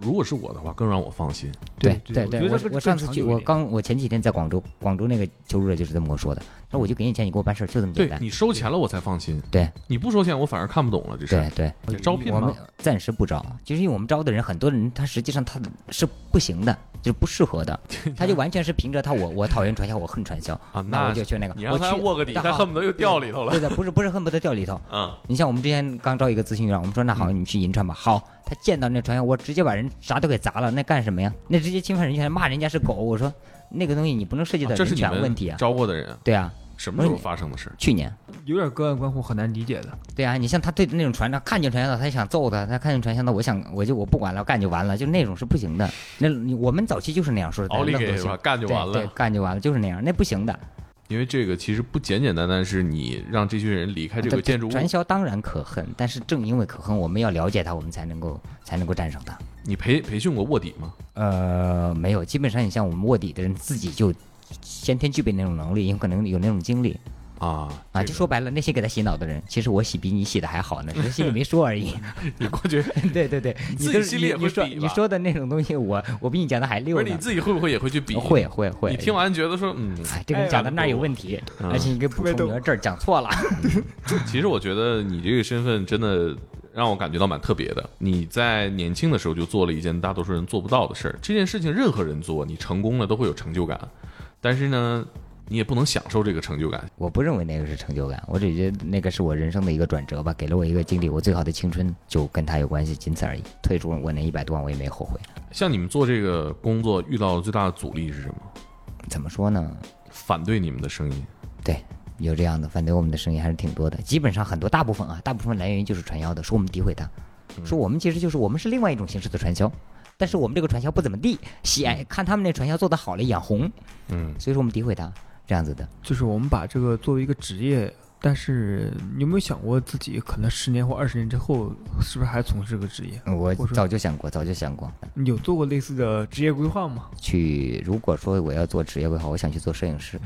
Speaker 1: 如果是我的话，更让我放心。
Speaker 2: 对
Speaker 4: 对
Speaker 2: 对，
Speaker 4: 我觉
Speaker 2: 我
Speaker 4: 得这个
Speaker 2: 我
Speaker 4: 正
Speaker 2: 上次
Speaker 4: 常
Speaker 2: 去，
Speaker 4: 有一
Speaker 2: 我
Speaker 4: 点
Speaker 2: 刚我前几天在广州，广州那个求助者就是这么跟我说的，那我就给你钱，你给我办事儿，就这么
Speaker 1: 嗯
Speaker 2: 简
Speaker 1: 对
Speaker 2: 单。
Speaker 1: 你收钱了，我才放心。
Speaker 2: 对
Speaker 1: 你不收钱，我反而看不懂了这事儿
Speaker 2: 对。对，
Speaker 1: 也招聘
Speaker 2: 我们
Speaker 1: 吗？
Speaker 2: 暂时不招，就是因为我们招的人，很多人他实际上他是不行的，就是不适 合的，他就完全是凭着他我我讨厌传销，我恨传销
Speaker 1: 啊
Speaker 2: 那
Speaker 1: 那
Speaker 2: 我就去那个，
Speaker 1: 你让他
Speaker 2: 我去
Speaker 1: 卧个底，
Speaker 2: 但
Speaker 1: 他
Speaker 2: 好
Speaker 1: 恨不得又掉里头了。
Speaker 2: 对的，不是不是恨不得掉里头。
Speaker 1: 嗯，
Speaker 2: 你像我们之前刚招一个咨询员，我们说那好，你去银川吧。好，他见到那传销，我直接把人啥都给砸了，那干什么呀？那直接侵犯人权，骂人家是狗。我说那个东西你不能涉及到
Speaker 1: 这
Speaker 2: 人
Speaker 1: 是你
Speaker 2: 权问
Speaker 1: 们
Speaker 2: 题啊。
Speaker 1: 招过的人啊，
Speaker 2: 对啊，
Speaker 1: 什么时候发生的事？
Speaker 2: 去年。
Speaker 4: 有点个案关乎，很难理解的。
Speaker 2: 对啊，你像他对那种传销，看见传销的他想揍他，他看见传销的，我想我就我不管了，干就完了，就那种是不行的。那你我们早期就是那样说的，
Speaker 1: 奥利
Speaker 2: 愣
Speaker 1: 给
Speaker 2: 都
Speaker 1: 是
Speaker 2: 行
Speaker 1: 吧？，干就完
Speaker 2: 对对
Speaker 1: 了。，
Speaker 2: 干就完了，就是那样，那不行的。
Speaker 1: 因为这个其实不简简单单是你让这群人离开这个
Speaker 2: 对
Speaker 1: 建筑物，
Speaker 2: 传销当然可恨，但是正因为可恨，我们要了解它，我们才能够才能够战胜它。
Speaker 1: 你培培训过卧底吗？
Speaker 2: 呃，没有，基本上你像我们卧底的人自己就先天具备那种能力，有可能有那种经历
Speaker 1: 啊
Speaker 2: 啊。就说白了，那些给他洗脑的人，其实我洗比你洗的还好呢，只是心里没说而已。
Speaker 1: 你过去
Speaker 2: 对对对，你
Speaker 1: 自己
Speaker 2: 都
Speaker 1: 心
Speaker 2: 是
Speaker 1: 里
Speaker 2: 你
Speaker 1: 也会
Speaker 2: 你说
Speaker 1: 比吧
Speaker 2: 你说的那种东西，我我比你讲的还
Speaker 1: 不
Speaker 2: 溜
Speaker 1: 是你
Speaker 2: 呢。
Speaker 1: 自己会不会也会去比？
Speaker 2: 会。会会，
Speaker 1: 你听完觉得说，嗯，
Speaker 2: 哎，这个人讲的那儿有问题，
Speaker 1: 嗯
Speaker 2: 而且你给补充，你说这儿讲错了。
Speaker 1: 其实我觉得你这个身份真的让我感觉到蛮特别的。你在年轻的时候就做了一件大多数人做不到的事儿，这件事情任何人做，你成功了都会有成就感，但是呢，你也不能享受这个成就感。
Speaker 2: 我不认为那个是成就感，我只觉得那个是我人生的一个转折吧，给了我一个经历，我最好的青春就跟他有关系，仅此而已。退出我那一百多万，我也没后悔。
Speaker 1: 像你们做这个工作遇到最大的阻力是什么？
Speaker 2: 怎么说呢？
Speaker 1: 反对你们的声音。
Speaker 2: 对，有这样的反对我们的声音还是挺多的，基本上很多大部分啊，大部分来源于就是传销的，说我们诋毁他，说我们其实就是我们是另外一种形式的传销，但是我们这个传销不怎么地，喜爱看他们那传销做的好了眼红，
Speaker 1: 嗯，
Speaker 2: 所以说我们诋毁他这样子的。
Speaker 4: 就是我们把这个作为一个职业，但是你有没有想过自己可能十年或二十年之后是不是还从事这个职业？
Speaker 2: 我
Speaker 4: 我说
Speaker 2: 早就想过，早就想过
Speaker 4: 你有做过类似的职业规划吗？
Speaker 2: 去。如果说我要做职业规划，我想去做摄影师，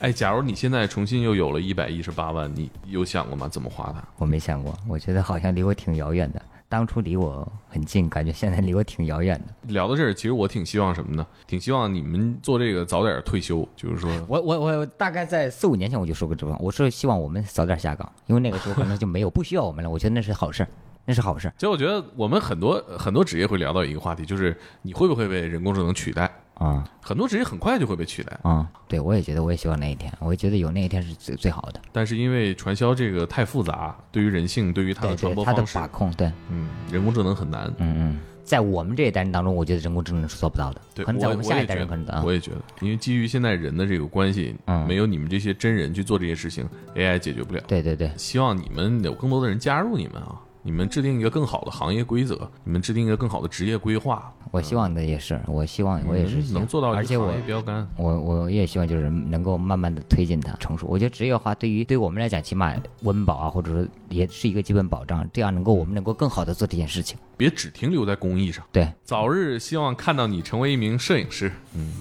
Speaker 1: 哎，假如你现在重新又有了一百一十八万，你有想过吗？怎么花它？
Speaker 2: 我没想过，我觉得好像离我挺遥远的。当初离我很近，感觉现在离我挺遥远的。
Speaker 1: 聊到这儿，其实我挺希望什么呢？挺希望你们做这个早点退休，就是说，
Speaker 2: 我我我大概在四五年前我就说过这话，我是希望我们早点下岗，因为那个时候可能就没有不需要我们了。我觉得那是好事儿，那是好事儿。
Speaker 1: 其实我觉得我们很多很多职业会聊到一个话题，就是你会不会被人工智能取代？
Speaker 2: 啊
Speaker 1: 很多职业很快就会被取代，
Speaker 2: 啊、对我也觉得，我也希望那一天，我也觉得有那一天是最最好的。
Speaker 1: 但是因为传销这个太复杂，对于人性，对于它
Speaker 2: 对
Speaker 1: 的传
Speaker 2: 对，
Speaker 1: 播
Speaker 2: 他的
Speaker 1: 方式
Speaker 2: 把，控，对，
Speaker 1: 嗯，人工智能很难。
Speaker 2: 嗯嗯，在我们这一代人当中，我觉得人工智能是做不到的，
Speaker 1: 对，
Speaker 2: 可能在
Speaker 1: 我
Speaker 2: 们
Speaker 1: 也
Speaker 2: 下
Speaker 1: 我
Speaker 2: 一
Speaker 1: 也
Speaker 2: 代
Speaker 1: 觉
Speaker 2: 人可能
Speaker 1: 得
Speaker 2: 啊，
Speaker 1: 我也觉得，因为基于现在人的这个关系，
Speaker 2: 嗯
Speaker 1: 没有你们这些真人去做这些事情，AI 解决不了。
Speaker 2: 对对对，
Speaker 1: 希望你们有更多的人加入你们啊！你们制定一个更好的行业规则，你们制定一个更好的职业规划，
Speaker 2: 我希望的也是，我希望哎我也
Speaker 1: 你
Speaker 2: 是
Speaker 1: 们
Speaker 2: 希
Speaker 1: 嗯
Speaker 2: 望
Speaker 1: 能做到一个
Speaker 2: 而且我
Speaker 1: 行业标杆。
Speaker 2: 我我也希望就是能够慢慢的推进它成熟。我觉得职业化对于对于我们来讲，起码温饱啊，或者说也是一个基本保障，这样能够我们能够更好的做这件事情。
Speaker 1: 别只停留在工艺上，
Speaker 2: 对
Speaker 1: 早日希望看到你成为一名摄影师。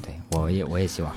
Speaker 2: 对，我也我也希望。